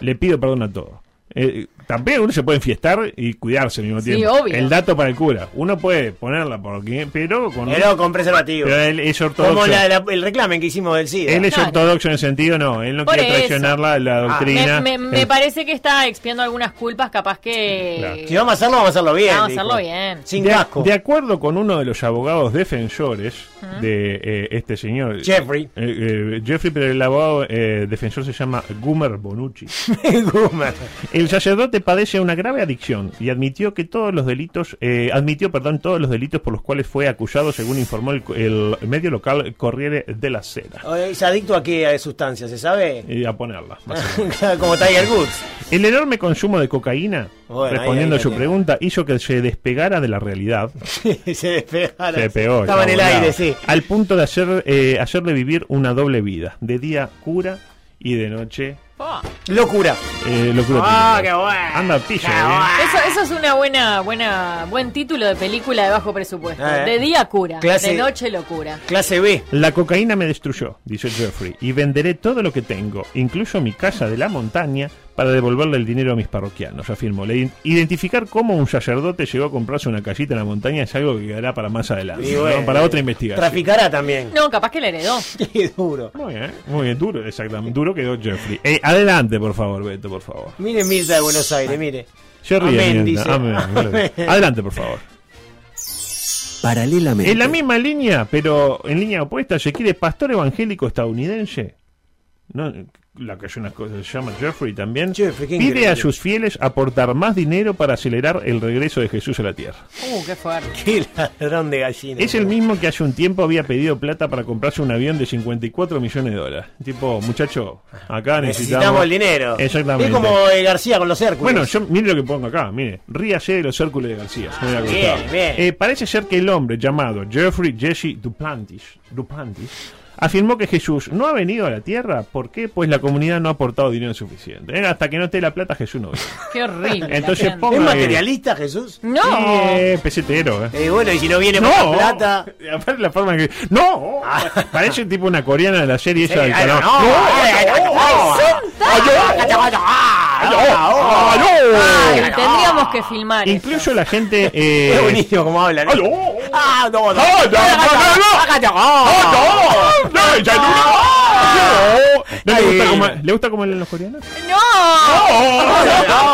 Speaker 7: le pido perdón a todos. Eh, también uno se puede enfiestar y cuidarse al mismo
Speaker 6: Sí,
Speaker 7: tiempo.
Speaker 6: obvio.
Speaker 7: El dato para el cura. Uno puede ponerla por lo que, pero con
Speaker 8: Pero con preservativo.
Speaker 7: pero él es ortodoxo.
Speaker 8: Como la- la- el reclamen que hicimos del SIDA.
Speaker 7: Él es
Speaker 6: Claro.
Speaker 7: ortodoxo en el sentido, no, él no
Speaker 6: Por
Speaker 7: quiere
Speaker 6: eso.
Speaker 7: traicionar la, la doctrina.
Speaker 6: Me, me- me
Speaker 7: Eh,
Speaker 6: parece que está expiando algunas culpas, capaz que.
Speaker 7: Claro.
Speaker 8: Si vamos a hacerlo, vamos a hacerlo bien.
Speaker 6: Vamos a
Speaker 8: dijo.
Speaker 6: hacerlo bien.
Speaker 8: Sin
Speaker 7: de,
Speaker 8: casco.
Speaker 7: de acuerdo con uno de los abogados defensores de eh, este señor.
Speaker 8: Jeffrey.
Speaker 7: Eh, eh, Jeffrey, pero el abogado eh, defensor se llama Gumer Bonucci.
Speaker 8: Guzmán.
Speaker 7: El sacerdote padece una grave adicción y admitió que todos los delitos, eh, admitió, perdón, todos los delitos por los cuales fue acusado, según informó el, el medio local Corriere de la Sera.
Speaker 8: ¿Es adicto a qué a sustancia? ¿Se sabe?
Speaker 7: Y a ponerla. más o menos.
Speaker 8: Como Tiger Woods.
Speaker 7: El enorme consumo de cocaína,
Speaker 8: Bueno, ahí-
Speaker 7: respondiendo
Speaker 8: ahí
Speaker 7: a su
Speaker 8: la tiene.
Speaker 7: pregunta, hizo que se despegara de la realidad.
Speaker 8: se despegaron.
Speaker 7: Se pegó,
Speaker 8: Estaba en el
Speaker 7: volaba.
Speaker 8: aire, sí.
Speaker 7: Al punto de hacer, eh, hacerle vivir una doble vida. De día cura y de noche
Speaker 6: Pa.
Speaker 8: Locura.
Speaker 7: eh, locura.
Speaker 8: Ah,
Speaker 7: criminal.
Speaker 8: qué bueno.
Speaker 7: Anda pillo,
Speaker 8: Qué
Speaker 7: eh.
Speaker 8: bueno.
Speaker 6: Eso, eso es una buena, buena, buen título de película de bajo presupuesto.
Speaker 8: Eh.
Speaker 6: De día cura,
Speaker 8: Clase-
Speaker 6: de noche locura.
Speaker 8: Clase B.
Speaker 7: La cocaína me destruyó, dice Jeffrey, y venderé todo lo que tengo, incluso mi casa de la montaña, para devolverle el dinero a mis parroquianos, afirmó. Le- Identificar cómo un sacerdote llegó a comprarse una casita en la montaña es algo que quedará para más adelante,
Speaker 8: Y
Speaker 7: ¿no?
Speaker 8: bueno,
Speaker 7: para otra investigación.
Speaker 8: Traficará también.
Speaker 6: No, capaz que la heredó.
Speaker 8: Qué duro.
Speaker 7: Muy bien, muy bien, duro, exactamente, duro quedó Jeffrey. Eh, adelante, por favor, Beto, por favor.
Speaker 8: Mire Mirta de Buenos Aires, mire.
Speaker 7: Se ríe,
Speaker 8: Amén,
Speaker 7: Mirta.
Speaker 8: dice.
Speaker 7: Amén, claro.
Speaker 8: Amén.
Speaker 7: Adelante, por favor.
Speaker 1: Paralelamente.
Speaker 7: En la misma línea, pero en línea opuesta, se quiere pastor evangélico estadounidense. No, la que es una cosa, se llama Jeffrey también.
Speaker 8: Jeffrey, qué
Speaker 7: pide
Speaker 8: increíble.
Speaker 7: a sus fieles aportar más dinero para acelerar el regreso de Jesús a la tierra.
Speaker 6: Uh, qué fuerte.
Speaker 8: Qué ladrón de gallina.
Speaker 7: Es el mismo que hace un tiempo había pedido plata para comprarse un avión de 54 millones de dólares. Tipo, muchacho, acá necesitamos,
Speaker 8: Necesitamos el dinero.
Speaker 7: Exactamente.
Speaker 8: Es como eh, García con los Hércules.
Speaker 7: Bueno, yo mire lo que pongo acá, mire. Ríase de los Hércules de García. señora
Speaker 8: Bien,
Speaker 7: Gustavo.
Speaker 8: bien.
Speaker 7: Eh, parece ser que el hombre llamado Jeffrey Jesse Duplantis, Duplantis afirmó que Jesús no ha venido a la tierra. ¿Por qué? Pues la comunidad no ha aportado dinero suficiente. Eh, hasta que no esté la plata, Jesús no viene.
Speaker 6: Qué horrible. la
Speaker 7: Entonces
Speaker 6: gente.
Speaker 7: ponga. eh,
Speaker 8: ¿Es materialista Jesús?
Speaker 6: No.
Speaker 7: eh, pesetero, eh.
Speaker 8: Eh, bueno, y si no viene por
Speaker 7: No,
Speaker 8: la plata.
Speaker 7: Aparte la forma en que. ¡No! Parece tipo una coreana de la serie esa del
Speaker 8: Eh,
Speaker 7: canal.
Speaker 8: no, no,
Speaker 7: ¡Ah, no!
Speaker 6: Ay, tendríamos que filmar. eso.
Speaker 7: Incluso la gente.
Speaker 8: Qué
Speaker 7: Eh,
Speaker 8: bonito como habla, ¿no?
Speaker 7: ¡Aló!
Speaker 8: ¡Ah, no, no!
Speaker 7: ¡Ah, no, no, ¡No, no! ¡Ya
Speaker 8: Ah,
Speaker 7: no! ¿No le gusta como, ¿Le gusta como en los coreanos?
Speaker 6: ¡No!
Speaker 8: ¡Oh!
Speaker 7: ¡No!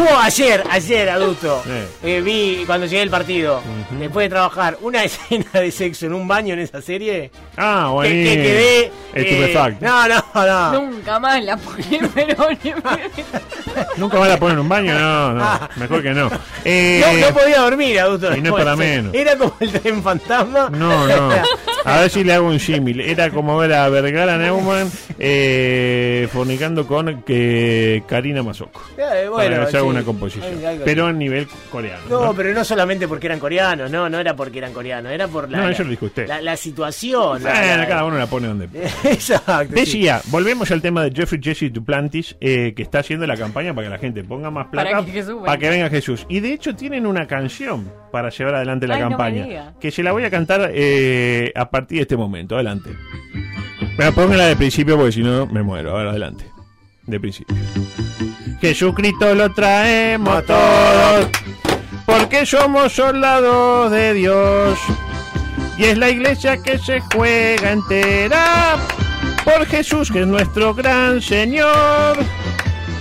Speaker 8: Hubo ayer, ayer, adulto,
Speaker 7: Eh.
Speaker 8: eh, vi cuando llegué al partido, después de trabajar, una escena de sexo en un baño en esa serie.
Speaker 7: Ah,
Speaker 8: ¡Oh! Que,
Speaker 7: bueno.
Speaker 8: que quedé. eh,
Speaker 7: Estupefacto.
Speaker 8: no, no, no.
Speaker 6: Nunca más la mujer pero ni
Speaker 7: Nunca van a poner en un baño, no, no. Mejor que no.
Speaker 8: Ah. No,
Speaker 7: Eh,
Speaker 8: no podía dormir, adulto.
Speaker 7: y no es para
Speaker 8: después.
Speaker 7: menos.
Speaker 8: Era como el tren fantasma.
Speaker 7: no, no. A ver si le hago un símil. Era como ver a Vergara Neumann eh, fornicando con que Karina Masoko.
Speaker 8: Eh,
Speaker 7: Para
Speaker 8: bueno,
Speaker 7: que se haga
Speaker 8: sí.
Speaker 7: una composición.
Speaker 8: Algo- algo-
Speaker 7: Pero a nivel coreano.
Speaker 8: No,
Speaker 7: ¿no?
Speaker 8: pero no solamente porque eran coreanos, no, no era porque eran coreanos, era por la,
Speaker 7: No,
Speaker 8: la-
Speaker 7: eso lo dijo usted.
Speaker 8: la, la situación. la-
Speaker 7: Bueno,
Speaker 8: la-
Speaker 7: Eh, cada uno la pone donde
Speaker 8: Exacto. sí.
Speaker 7: Decía, volvemos al tema de Jeffrey Jesse Duplantis, eh, que está haciendo la campaña para que la gente ponga más plata
Speaker 6: Para que Jesús venga.
Speaker 7: para que venga Jesús. Y de hecho tienen una canción para llevar adelante la
Speaker 6: Ay, no
Speaker 7: campaña,
Speaker 6: me diga.
Speaker 7: que se la voy a cantar eh, a partir de este momento. Adelante. Pero póngala de principio porque si no me muero. Ahora adelante. De principio. Jesucristo lo traemos todos, porque somos soldados de Dios. Y es la iglesia que se juega entera por Jesús, que es nuestro gran Señor.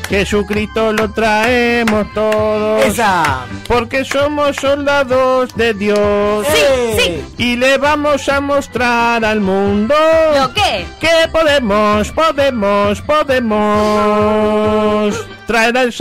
Speaker 7: Jesucristo lo traemos todos,
Speaker 8: Esa.
Speaker 7: porque somos soldados de Dios.
Speaker 8: Eh,
Speaker 7: Y le vamos a mostrar al mundo
Speaker 6: ¿Lo qué?
Speaker 7: que podemos, podemos, podemos traer al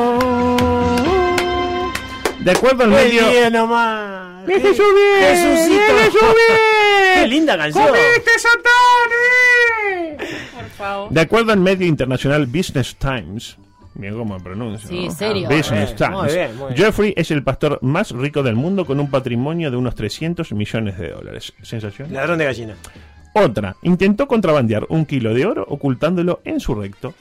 Speaker 7: Salvador. De acuerdo al
Speaker 8: Qué
Speaker 7: medio.
Speaker 8: bien nomás.
Speaker 7: ¡Viene
Speaker 8: Qué-
Speaker 7: subir!
Speaker 8: Jesucito.
Speaker 7: ¡Viene subir!
Speaker 8: Qué linda canción.
Speaker 7: ¡Comiste, Satán!
Speaker 6: Por favor.
Speaker 7: De acuerdo al medio internacional Business Times, mira cómo pronuncio.
Speaker 6: Sí,
Speaker 7: ¿no?
Speaker 6: serio.
Speaker 7: Business
Speaker 8: Muy bien,
Speaker 7: Times.
Speaker 8: muy bien, muy bien.
Speaker 7: Jeffrey es el pastor más rico del mundo con un patrimonio de unos 300 millones de dólares. ¿Sensación?
Speaker 8: Ladrón de gallina.
Speaker 7: Otra, intentó contrabandear un kilo de oro ocultándolo en su recto.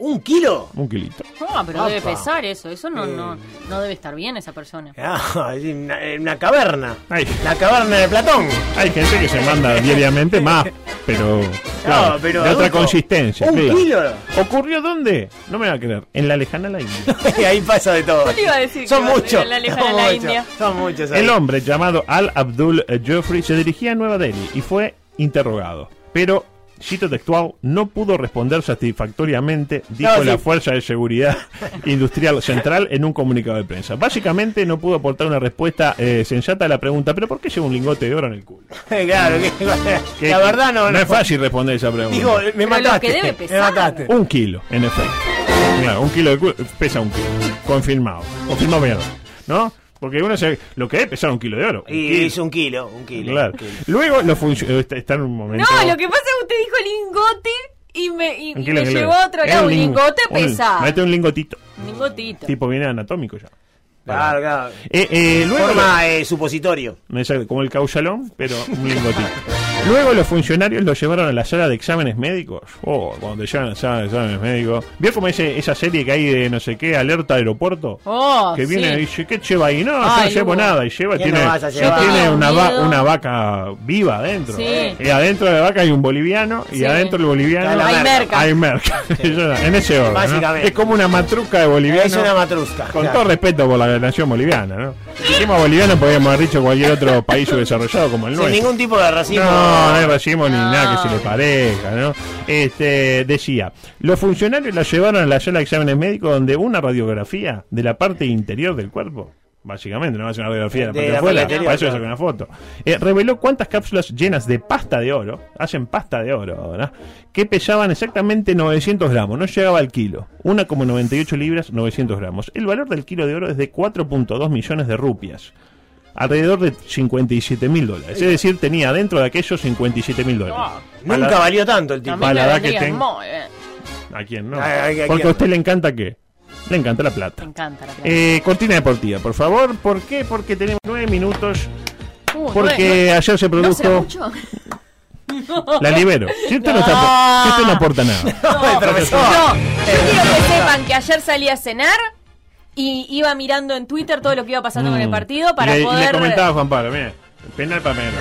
Speaker 8: ¿Un kilo?
Speaker 7: Un kilito.
Speaker 6: No, pero debe
Speaker 8: Apa.
Speaker 6: pesar eso. Eso no,
Speaker 8: Eh.
Speaker 6: no, no debe estar bien esa persona.
Speaker 8: Ah, es una, es una caverna.
Speaker 7: Ay.
Speaker 8: La caverna de Platón.
Speaker 7: Hay gente que se manda diariamente más, pero, claro,
Speaker 8: pero,
Speaker 7: de otra
Speaker 8: adulto,
Speaker 7: consistencia.
Speaker 8: un kilo.
Speaker 7: ¿Ocurrió dónde? No me va a creer. En la lejana la India.
Speaker 8: Y ahí pasa de todo.
Speaker 6: Yo te iba a decir que
Speaker 8: Son
Speaker 6: iba a
Speaker 8: muchos.
Speaker 6: la lejana
Speaker 8: son
Speaker 6: la
Speaker 8: muchos,
Speaker 6: India.
Speaker 8: Son muchos. ahí.
Speaker 7: El hombre llamado Al Abdul Joffrey se dirigía a Nueva Delhi y fue interrogado, pero cito textual no pudo responder satisfactoriamente, dijo
Speaker 8: No, sí.
Speaker 7: la Fuerza de Seguridad Industrial Central en un comunicado de prensa. Básicamente no pudo aportar una respuesta eh, sensata a la pregunta, pero ¿por qué lleva un lingote de oro en el culo?
Speaker 8: claro, que-
Speaker 7: Que-
Speaker 8: la verdad no,
Speaker 7: es fácil responder esa pregunta.
Speaker 8: Digo, eh, me
Speaker 6: Pero lo
Speaker 8: mataste.
Speaker 6: que debe
Speaker 8: Me
Speaker 6: pesar.
Speaker 8: mataste.
Speaker 7: Un kilo, en efecto. Claro, un kilo de culo pesa un kilo. Confirmado. Confirmado, mierda. ¿No? Porque uno se. Lo que es pesar un kilo de oro. Un
Speaker 8: Y
Speaker 7: kilo.
Speaker 8: es un kilo, un kilo.
Speaker 7: Claro.
Speaker 8: un kilo.
Speaker 7: Luego los funcionarios. Está en un
Speaker 6: No,
Speaker 7: momento.
Speaker 6: lo que pasa es que usted dijo lingote y me, y,
Speaker 7: Un
Speaker 6: y
Speaker 7: kilo,
Speaker 6: me
Speaker 7: kilo.
Speaker 6: llevó a otro
Speaker 7: Es
Speaker 6: lado. Un
Speaker 7: ling-
Speaker 6: lingote
Speaker 7: un-
Speaker 6: pesa.
Speaker 7: Mete un lingotito.
Speaker 6: Lingotito.
Speaker 7: Tipo, viene anatómico ya.
Speaker 8: Claro, claro.
Speaker 7: Eh, eh, luego.
Speaker 8: Forma eh, supositorio.
Speaker 7: Exacto, como el causalón, pero un lingotito. Luego los funcionarios lo llevaron a la sala de exámenes médicos. Oh, cuando te llevan a la sala de exámenes médicos. ¿Vio como ese, esa serie que hay de no sé qué, alerta aeropuerto?
Speaker 6: Oh,
Speaker 7: que viene
Speaker 6: sí.
Speaker 7: y dice, ¿qué lleva ahí? No, yo no
Speaker 6: Ay,
Speaker 7: llevo
Speaker 6: Hugo.
Speaker 7: nada. Y lleva,
Speaker 8: ¿Qué
Speaker 7: tiene,
Speaker 8: no vas a
Speaker 7: ya
Speaker 8: llevar?
Speaker 7: tiene
Speaker 6: Tengo
Speaker 7: una, va-
Speaker 6: miedo.
Speaker 7: una vaca viva adentro.
Speaker 6: Sí.
Speaker 7: Y adentro de la vaca hay un boliviano y
Speaker 6: Sí.
Speaker 7: adentro del boliviano
Speaker 8: Está la
Speaker 6: Hay merca.
Speaker 7: hay merca. Eso, en ese orden. ¿no?
Speaker 8: Básicamente.
Speaker 7: Es como una matruca de boliviano.
Speaker 8: Es una matrusca.
Speaker 7: Con
Speaker 8: claro.
Speaker 7: todo respeto por la nación boliviana, ¿no? Dijimos boliviano, podríamos haber dicho cualquier otro país desarrollado como el
Speaker 8: Sin
Speaker 7: nuestro.
Speaker 8: ningún tipo de racismo.
Speaker 7: No, no hay racismo ni
Speaker 6: No.
Speaker 7: nada que se le parezca, ¿no? Este, decía, los funcionarios la llevaron a la sala de exámenes médicos donde una radiografía de la parte interior del cuerpo, básicamente, no va a ser una radiografía de la
Speaker 8: De
Speaker 7: parte de
Speaker 8: la
Speaker 7: afuera,
Speaker 8: parte
Speaker 7: para eso
Speaker 8: interior,
Speaker 7: saca una foto, eh, reveló cuántas cápsulas llenas de pasta de oro, hacen pasta de oro ahora, que pesaban exactamente 900 gramos, no llegaba al kilo, una como 98 libras, 900 gramos. El valor del kilo de oro es de 4.2 millones de rupias alrededor de 57 mil dólares. Es decir, tenía dentro de aquellos 57 mil dólares.
Speaker 8: Nunca
Speaker 7: Para-
Speaker 8: valió tanto el tipo.
Speaker 6: También
Speaker 7: Para
Speaker 6: me
Speaker 7: la edad que
Speaker 6: vendría
Speaker 7: tengo.
Speaker 6: muy bien.
Speaker 7: ¿A quién no?
Speaker 8: Ay, ay, ay,
Speaker 7: Porque a
Speaker 8: ay.
Speaker 7: usted le encanta qué? Le encanta la plata.
Speaker 6: Me encanta la plata.
Speaker 7: Eh, cortina deportiva, por favor. ¿Por qué? Porque tenemos nueve minutos.
Speaker 6: Uh,
Speaker 7: Porque
Speaker 6: no- no-
Speaker 7: ayer se
Speaker 6: ¿no será
Speaker 7: produjo.
Speaker 6: mucho?
Speaker 7: la libero. Si usted no, está por- si usted no aporta nada.
Speaker 8: el
Speaker 6: No,
Speaker 8: profesor.
Speaker 6: yo quiero que sepan que ayer salí a cenar y iba mirando en Twitter todo lo que iba pasando con el partido para
Speaker 7: Mm. y le, y le
Speaker 6: poder.
Speaker 7: comentaba a Juan Pablo, mira, penal para Melo.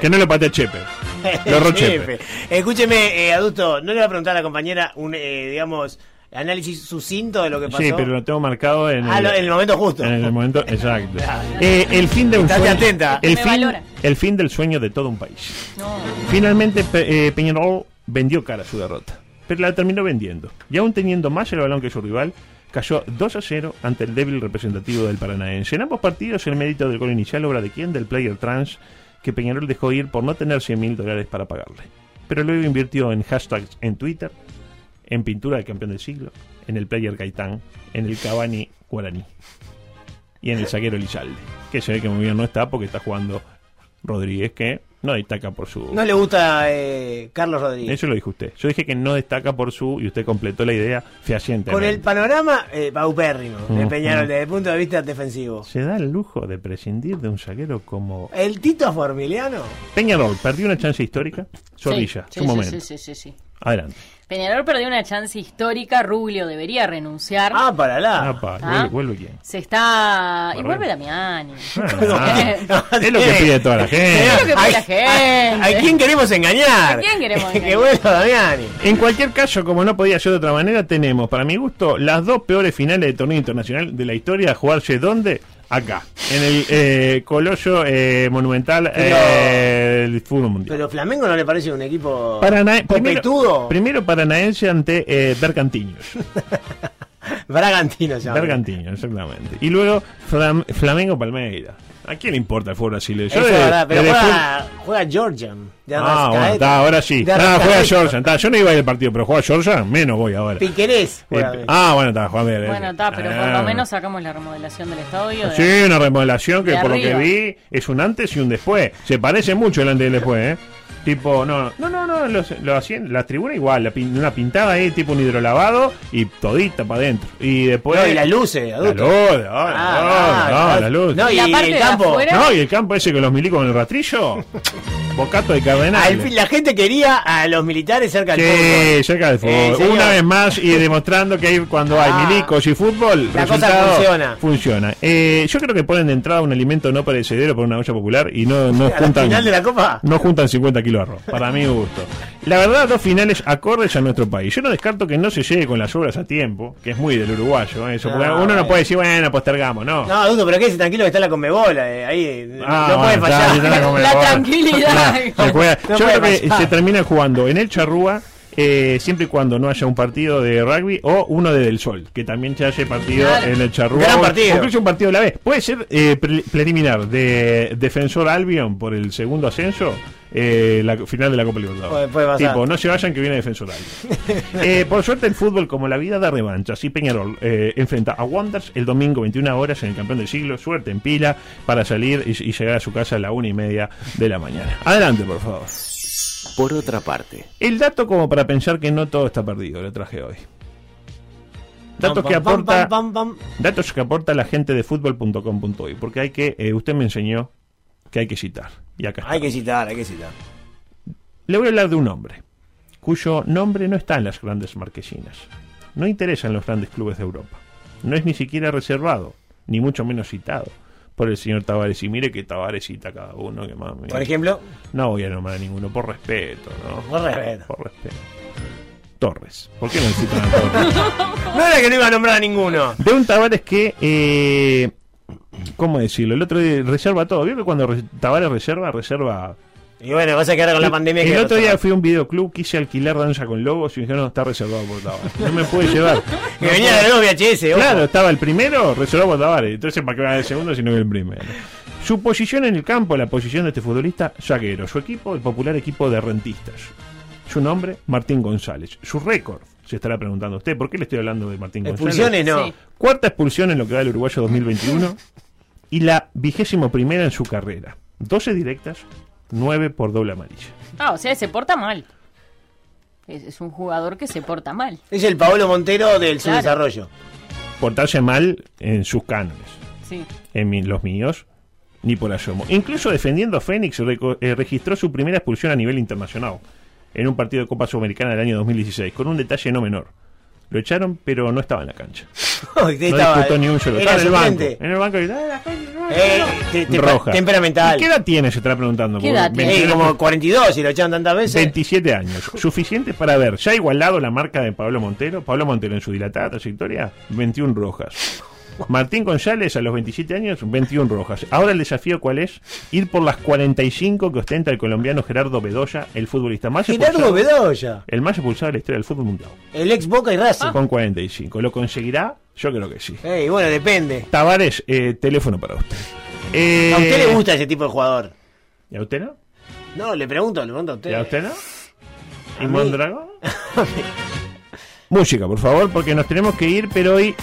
Speaker 7: Que no lo patea Chepe. Lo erró Chepe.
Speaker 8: Chepe. Escúcheme, eh, adulto, ¿no le va a preguntar a la compañera un, eh, digamos, análisis sucinto de lo que pasó?
Speaker 7: Sí, pero lo tengo marcado en
Speaker 8: Ah, lo- en el momento justo.
Speaker 7: En el momento, exacto. Eh, el fin de un
Speaker 8: Estate
Speaker 7: sueño.
Speaker 8: atenta.
Speaker 7: El
Speaker 6: Me
Speaker 7: fin,
Speaker 6: valora.
Speaker 7: el fin del sueño de todo un país.
Speaker 6: No.
Speaker 7: Finalmente, Pe- eh, Peñarol vendió cara a su derrota, pero la terminó vendiendo. Y aún teniendo más el balón que su rival, cayó 2 a 0 ante el débil representativo del Paranaense. En ambos partidos, el mérito del gol inicial obra de quién? Del player trans, que Peñarol dejó ir por no tener 100 mil dólares para pagarle. Pero luego invirtió en hashtags en Twitter, en pintura del campeón del siglo, en el player Gaitán, en el Cavani Guaraní y en el zaguero Elizalde, que se ve que muy bien no está porque está jugando Rodríguez, que no destaca por su...
Speaker 8: No le gusta eh, Carlos Rodríguez.
Speaker 7: Eso lo dijo usted. Yo dije que no destaca por su, y usted completó la idea fehaciente.
Speaker 8: Con el panorama eh, paupérrimo de
Speaker 7: Mm,
Speaker 8: Peñarol
Speaker 7: mm.
Speaker 8: desde el punto de vista defensivo.
Speaker 7: Se da el lujo de prescindir de un saquero como...
Speaker 8: El Tito Formiliano.
Speaker 7: Peñarol perdió una chance histórica. Zorrilla, su
Speaker 6: Sí, sí,
Speaker 7: momento.
Speaker 6: sí, sí, sí, sí.
Speaker 7: Adelante.
Speaker 6: Peñarol perdió una chance histórica. Rubio debería renunciar.
Speaker 8: Ah, para la.
Speaker 7: Apa,
Speaker 6: Ah.
Speaker 7: vuelve, vuelve quién.
Speaker 6: Se está. Y
Speaker 7: Barrera.
Speaker 6: vuelve Damiani.
Speaker 7: Ah, es lo que pide toda la
Speaker 6: Es lo
Speaker 7: gente.
Speaker 6: que pide la
Speaker 8: Ay,
Speaker 6: gente.
Speaker 8: ¿A quién queremos engañar?
Speaker 6: ¿A quién queremos
Speaker 8: que
Speaker 6: engañar?
Speaker 8: vuelva Damiani.
Speaker 7: En cualquier caso, como no podía ser de otra manera, tenemos, para mi gusto, las dos peores finales de torneo internacional de la historia a jugarse ¿dónde? Acá, en el eh, Coloso eh, Monumental
Speaker 8: Pero-
Speaker 7: eh, del Fútbol Mundial.
Speaker 8: Pero Flamengo no le parece un equipo
Speaker 7: Parana- primero,
Speaker 8: copetudo.
Speaker 7: primero Paranaense ante eh, Bergantiños.
Speaker 8: Bragantino se llama.
Speaker 7: Bergantiños, exactamente. Y luego Flam- Flamengo Palmeira. ¿A quién le importa el fútbol brasileño?
Speaker 8: Eso
Speaker 7: Yo
Speaker 8: es
Speaker 7: de-
Speaker 8: verdad, pero
Speaker 7: de
Speaker 8: juega, juega Georgian. De
Speaker 7: fútbol- Ah,
Speaker 8: Arrascaeta.
Speaker 7: bueno, está, ahora sí.
Speaker 8: De
Speaker 7: Ah, juega
Speaker 8: Arrascaeta.
Speaker 7: Georgia. Está, yo no iba a ir al partido, pero juega Georgia, menos voy ahora.
Speaker 8: Piquerés.
Speaker 7: Eh,
Speaker 8: juega.
Speaker 7: ah, bueno, está, Juan Miguel, eh.
Speaker 6: Bueno, está, pero por
Speaker 7: Ah.
Speaker 6: lo menos sacamos la remodelación del estadio. de-
Speaker 7: Sí, una remodelación que
Speaker 6: De
Speaker 7: por lo
Speaker 6: arriba.
Speaker 7: que vi es un antes y un después. Se parece mucho el antes y el después, ¿eh? Tipo, no, no, no, no, los- lo hacían, la tribuna igual, la pin- una pintada ahí, tipo un hidrolavado y todita para adentro. Y después.
Speaker 8: No, y las luces,
Speaker 7: La
Speaker 8: adulto.
Speaker 7: luz, ah,
Speaker 8: Ah,
Speaker 7: no,
Speaker 8: ah,
Speaker 7: no, la luz.
Speaker 8: No,
Speaker 6: Y
Speaker 8: y,
Speaker 6: la parte
Speaker 8: el
Speaker 6: de
Speaker 8: campo.
Speaker 6: afuera-
Speaker 7: No, y el campo ese con los milicos en el rastrillo. Bocato de Cardenal.
Speaker 8: Al fin, la gente quería a los militares cerca del
Speaker 7: Sí,
Speaker 8: fútbol.
Speaker 7: cerca del
Speaker 8: Eh,
Speaker 7: fútbol.
Speaker 8: señor.
Speaker 7: Una vez más y demostrando que hay- cuando hay
Speaker 8: Ah.
Speaker 7: milicos y fútbol,
Speaker 8: La cosa
Speaker 7: resultado
Speaker 8: funciona.
Speaker 7: funciona. Eh, yo creo que ponen de entrada un alimento no perecedero por una olla popular y no, no
Speaker 8: A la
Speaker 7: juntan.
Speaker 8: final de la Copa.
Speaker 7: No juntan 50 kilos de arroz, para mi gusto. La verdad, dos finales acordes a nuestro país. Yo no descarto que no se llegue con las obras a tiempo, que es muy del uruguayo ¿eh? eso. porque
Speaker 8: No,
Speaker 7: uno no
Speaker 8: Ah, bueno.
Speaker 7: puede decir, bueno, postergamos, no.
Speaker 8: No, Dudo, pero quédese tranquilo que está la Conmebola. eh, ahí eh,
Speaker 7: Ah,
Speaker 8: no
Speaker 7: bueno,
Speaker 8: puede
Speaker 7: está,
Speaker 8: fallar.
Speaker 7: sí, está la Conmebol.
Speaker 6: La tranquilidad.
Speaker 7: Ya, se juega.
Speaker 8: No
Speaker 7: Yo
Speaker 8: puede
Speaker 7: creo que
Speaker 8: pasar.
Speaker 7: se termina jugando en el Charrúa. eh, siempre y cuando no haya un partido de rugby o uno de Del Sol, que también se hace partido
Speaker 6: Claro.
Speaker 7: en el Charrúa.
Speaker 8: Gran
Speaker 7: o-
Speaker 8: partido.
Speaker 7: o incluso un partido de la vez. Puede ser eh, pre- preliminar de Defensor Albion por el segundo ascenso, eh, la final de la Copa Libertadores.
Speaker 8: Puede- puede pasar.
Speaker 7: Tipo, no se vayan que viene Defensor Albion. Eh, por suerte, el fútbol, como la vida, da revancha. Así Peñarol eh, enfrenta a Wonders el domingo, 21 horas, en el campeón del siglo. Suerte en pila para salir y, y llegar a su casa a la una y media de la mañana. Adelante, por favor.
Speaker 1: Por otra parte,
Speaker 7: El dato como para pensar que no todo está perdido, lo traje hoy. Datos
Speaker 8: Pam,
Speaker 7: que
Speaker 8: pam,
Speaker 7: aporta...
Speaker 8: pam, pam, pam.
Speaker 7: Datos que aporta la gente de fútbol.com.uy, porque hay que, eh, usted me enseñó que hay que citar. Y acá está.
Speaker 8: Hay que citar, hay que citar.
Speaker 7: Le voy a hablar de un hombre, cuyo nombre no está en las grandes marquesinas. No interesa en los grandes clubes de Europa. No es ni siquiera reservado, ni mucho menos citado, por el señor Tavares. Y mire que Tavares cita a cada uno, que más.
Speaker 8: Por ejemplo,
Speaker 7: No voy a nombrar a ninguno, por respeto, ¿no?
Speaker 8: Por respeto.
Speaker 7: Por respeto. Torres. ¿Por qué no citan a Torres?
Speaker 8: no era que no iba a nombrar a ninguno.
Speaker 7: De un Tavares que. eh, ¿Cómo decirlo? El otro día reserva todo. ¿Vio que cuando re- Tavares reserva, reserva.
Speaker 8: Y bueno, vas a quedar con la pandemia
Speaker 7: El
Speaker 8: que
Speaker 7: otro día fui a un videoclub, quise alquilar Danza con Lobos y me dijeron, no, está reservado por Tavares. No me puede llevar.
Speaker 8: Que
Speaker 7: No
Speaker 8: venía
Speaker 7: puedo.
Speaker 8: de los VHS, ojo.
Speaker 7: Claro, estaba el primero, reservado por Tavares. Entonces, ¿para qué va el segundo si no es el primero? Su posición en el campo, la posición de este futbolista, Jaguero. Su equipo, el popular equipo de rentistas. Su nombre, Martín González. Su récord, se estará preguntando usted, ¿por qué le estoy hablando de Martín González?
Speaker 8: Expulsiones no.
Speaker 6: Sí.
Speaker 7: Cuarta expulsión en lo que da el uruguayo 2021 y la vigésimo primera en su carrera. 12 directas, 9 por doble amarilla.
Speaker 9: Ah, o sea, se porta mal. Es, es un jugador que se porta mal.
Speaker 8: Es el Paolo Montero del
Speaker 9: Claro.
Speaker 8: subdesarrollo.
Speaker 7: Portarse mal en sus cánones,
Speaker 9: Sí.
Speaker 7: en mi- los míos, ni por asomo. Incluso defendiendo a Fénix, reco- eh, registró su primera expulsión a nivel internacional en un partido de Copa Sudamericana del año 2016, con un detalle no menor. Lo echaron, pero no estaba en la cancha. No disputó ni un solo.
Speaker 8: Era
Speaker 7: Estaba en el banco.
Speaker 8: suplente.
Speaker 7: En el banco. y, "Ah, la coña, no,
Speaker 8: Eh,
Speaker 7: no".
Speaker 8: te- te-
Speaker 7: Roja.
Speaker 8: temperamental.
Speaker 7: ¿Y ¿Qué edad tiene? Se está preguntando.
Speaker 9: ¿Qué edad
Speaker 7: Porque
Speaker 9: tiene?
Speaker 8: Eh,
Speaker 7: 21,
Speaker 8: como 42 y lo echan tantas veces.
Speaker 7: 27 años. Suficiente para ver ya igualado la marca de Pablo Montero. Pablo Montero en su dilatada trayectoria, 21 rojas. Martín González a los 27 años, 21 rojas. Ahora el desafío cuál es? Ir por las 45 que ostenta el colombiano Gerardo Bedoya, el futbolista más
Speaker 8: Gerardo
Speaker 7: expulsado-
Speaker 8: Bedoya.
Speaker 7: El más expulsado de la historia del fútbol mundial.
Speaker 8: El ex Boca y Racing.
Speaker 7: Con 45. ¿Lo conseguirá? Yo creo que sí.
Speaker 8: Eh, bueno, depende.
Speaker 7: Tavares, eh, teléfono para usted. Eh,
Speaker 8: A usted le gusta ese tipo de jugador.
Speaker 7: ¿Y a usted no?
Speaker 8: No, le pregunto, le pregunto a usted.
Speaker 7: ¿Y a usted no? ¿Y
Speaker 8: mí.
Speaker 7: Mondragón? Música, por favor, porque nos tenemos que ir, pero hoy.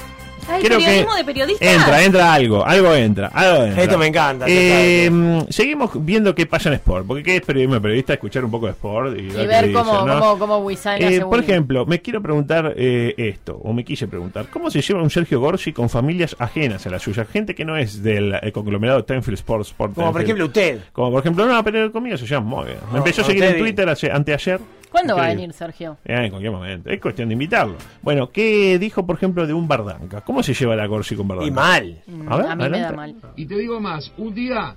Speaker 6: Ay, periodismo de periodistas.
Speaker 7: Entra, entra algo, algo entra, algo entra.
Speaker 8: Esto me encanta,
Speaker 7: Eh, seguimos viendo qué pasa en Sport, porque qué es periodismo de periodista, escuchar un poco de Sport y,
Speaker 6: Y
Speaker 7: qué
Speaker 6: ver
Speaker 7: dice,
Speaker 6: cómo,
Speaker 7: ¿no?
Speaker 6: cómo, cómo Wissan
Speaker 7: Eh,
Speaker 6: hace
Speaker 7: por
Speaker 6: bullying.
Speaker 7: ejemplo, me quiero preguntar eh, esto, o me quise preguntar, ¿cómo se lleva un Sergio Gorsi con familias ajenas a la suya? Gente que no es del eh, conglomerado Tenfield Sports. Sport
Speaker 8: Como por
Speaker 7: Tenfield.
Speaker 8: ejemplo usted.
Speaker 7: Como por ejemplo, no, pero conmigo se llama muy bien. Me
Speaker 8: No,
Speaker 7: empezó a
Speaker 8: no,
Speaker 7: seguir
Speaker 8: usted
Speaker 7: en
Speaker 8: bien.
Speaker 7: Twitter hace- anteayer.
Speaker 9: ¿Cuándo va a
Speaker 7: Increíble.
Speaker 9: venir Sergio?
Speaker 7: Eh, en cualquier momento. Es cuestión de invitarlo. Bueno, ¿qué dijo, por ejemplo, de un Bardanca? ¿Cómo se lleva la Corsi con Bardanca?
Speaker 8: Y mal.
Speaker 7: A ver,
Speaker 9: Mm, a mí me da
Speaker 7: adelante.
Speaker 9: mal.
Speaker 10: Y te digo más, un día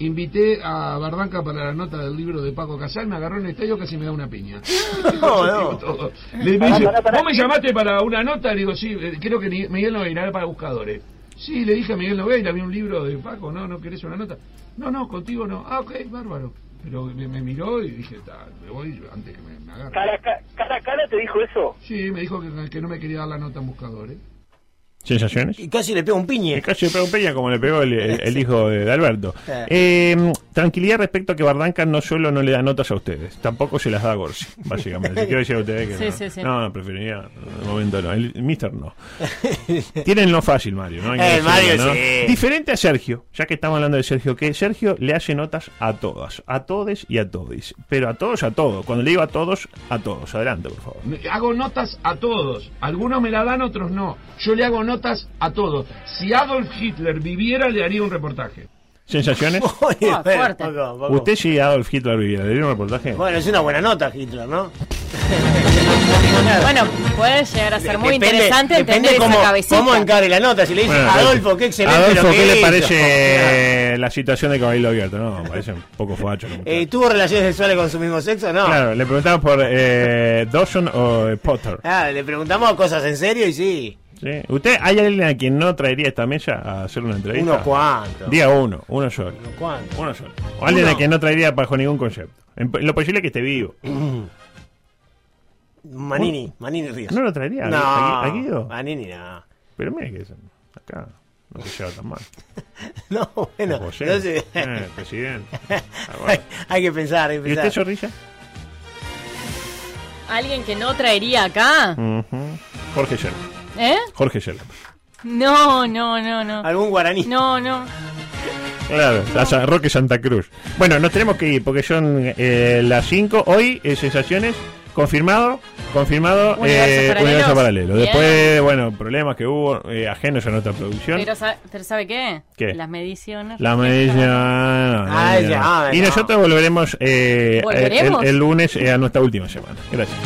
Speaker 10: invité a Bardanca para la nota del libro de Paco Casal, me agarró en el estadio casi me da una piña.
Speaker 8: No, no.
Speaker 10: Todo. Le me dice, ¿vos me llamaste para una nota? Le digo, sí, eh, creo que ni- Miguel Nogueira era para buscadores. Sí, le dije a Miguel Nogueira, había un libro de Paco, no, no querés una nota. No, no, contigo no. Ah, ok, bárbaro. Pero me, me miró y dije, "Ta, me voy antes que me, me agarre. ¿Cara, a cara te dijo eso? Sí, me dijo que, que no me quería dar la nota en buscadores.
Speaker 7: ¿Sensaciones?
Speaker 8: Y casi le pega un
Speaker 7: El
Speaker 8: piñe.
Speaker 7: caso de Pedro Peña, como le pegó el, el- el hijo de, de Alberto. Eh, tranquilidad respecto a que Bardanca no solo no le da notas a ustedes, tampoco se las da a Gorsi, básicamente. Quiero decir a ustedes que
Speaker 6: Sí,
Speaker 7: no.
Speaker 6: sí, sí.
Speaker 7: no, no, preferiría, de momento no. El mister no. Tienen lo fácil, Mario. ¿no? Hay que
Speaker 8: Eh, Mario,
Speaker 7: ¿no?
Speaker 8: sí.
Speaker 7: Diferente a Sergio, ya que estamos hablando de Sergio, que Sergio le hace notas a todas, a todes y a todis. Pero a todos, a todos. Cuando le digo a todos, a todos. Adelante, por favor.
Speaker 10: Me- Hago notas a todos. Algunos me la dan, otros no. Yo le hago notas a todos. Si Adolf Hitler viviera, le haría un reportaje.
Speaker 7: ¿Sensaciones?
Speaker 8: Ah, fuerte.
Speaker 7: ¿Usted si Adolf Hitler viviera? ¿Le dio un reportaje?
Speaker 8: Bueno, es una buena nota, Hitler, ¿no?
Speaker 6: Bueno, puede llegar a ser muy
Speaker 8: Depende-
Speaker 6: interesante
Speaker 8: depende
Speaker 6: entender
Speaker 8: cómo,
Speaker 6: esa cabecita.
Speaker 8: cómo encare la nota. Si le dice
Speaker 7: Bueno,
Speaker 8: Adolfo, qué excelente
Speaker 7: Adolfo,
Speaker 8: lo que
Speaker 7: ¿qué le
Speaker 8: hizo".
Speaker 7: parece la situación de Caballo Abierto? No, me parece un poco facho. como-
Speaker 8: Eh, ¿Tuvo relaciones sexuales con su mismo sexo? No.
Speaker 7: Claro, le preguntamos por eh, Dawson o eh, Potter.
Speaker 8: Ah, le preguntamos cosas en serio y sí.
Speaker 7: ¿sí? ¿Usted hay alguien a quien no traería a esta mesa a hacer una entrevista?
Speaker 8: Unos cuantos.
Speaker 7: Día uno, uno solo.
Speaker 8: ¿Cuántos?
Speaker 7: Uno solo. O alguien
Speaker 8: Uno. Mm.
Speaker 7: a quien no traería bajo ningún concepto. En, en lo posible que esté vivo.
Speaker 8: Manini, Manini Ríos.
Speaker 7: No lo traería,
Speaker 8: No,
Speaker 7: ¿a- a Guido?
Speaker 8: Manini no.
Speaker 7: Pero mira que es- acá no se lleva tan mal.
Speaker 8: No, bueno.
Speaker 7: Como José,
Speaker 8: entonces-
Speaker 7: eh, presidente. Ah,
Speaker 8: hay,
Speaker 7: bueno.
Speaker 8: hay que pensar, hay que
Speaker 7: ¿Y usted,
Speaker 8: pensar.
Speaker 7: Zorrilla?
Speaker 6: ¿Alguien que no traería acá?
Speaker 7: Ujú. Jorge Sherman.
Speaker 6: ¿Eh?
Speaker 7: Jorge Sherman.
Speaker 6: No, no, no, no.
Speaker 8: ¿Algún guaraní?
Speaker 6: No, no.
Speaker 7: Claro, a San- Roque Santa Cruz. Bueno, nos tenemos que ir porque son eh, las 5. Hoy, eh, sensaciones, confirmado, confirmado,
Speaker 6: Universos
Speaker 7: eh,
Speaker 6: paralelos.
Speaker 7: universo paralelo.
Speaker 6: Bien.
Speaker 7: Después, bueno, problemas que hubo eh, ajenos a nuestra producción.
Speaker 9: Pero, sa- pero ¿sabe qué?
Speaker 7: ¿Qué?
Speaker 9: Las mediciones.
Speaker 7: La medicina. no,
Speaker 8: Ah,
Speaker 7: no,
Speaker 8: ya,
Speaker 7: no.
Speaker 8: ah,
Speaker 7: Y
Speaker 8: no.
Speaker 7: nosotros volveremos, eh,
Speaker 6: ¿Volveremos?
Speaker 7: El, el lunes eh, a nuestra última semana. Gracias.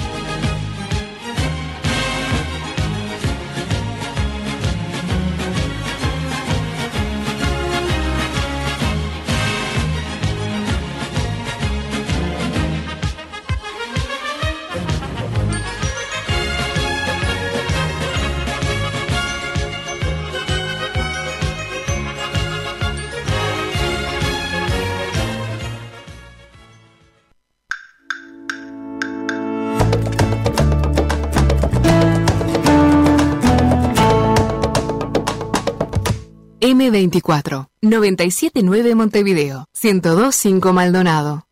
Speaker 11: M24, 979 Montevideo, 1025 Maldonado.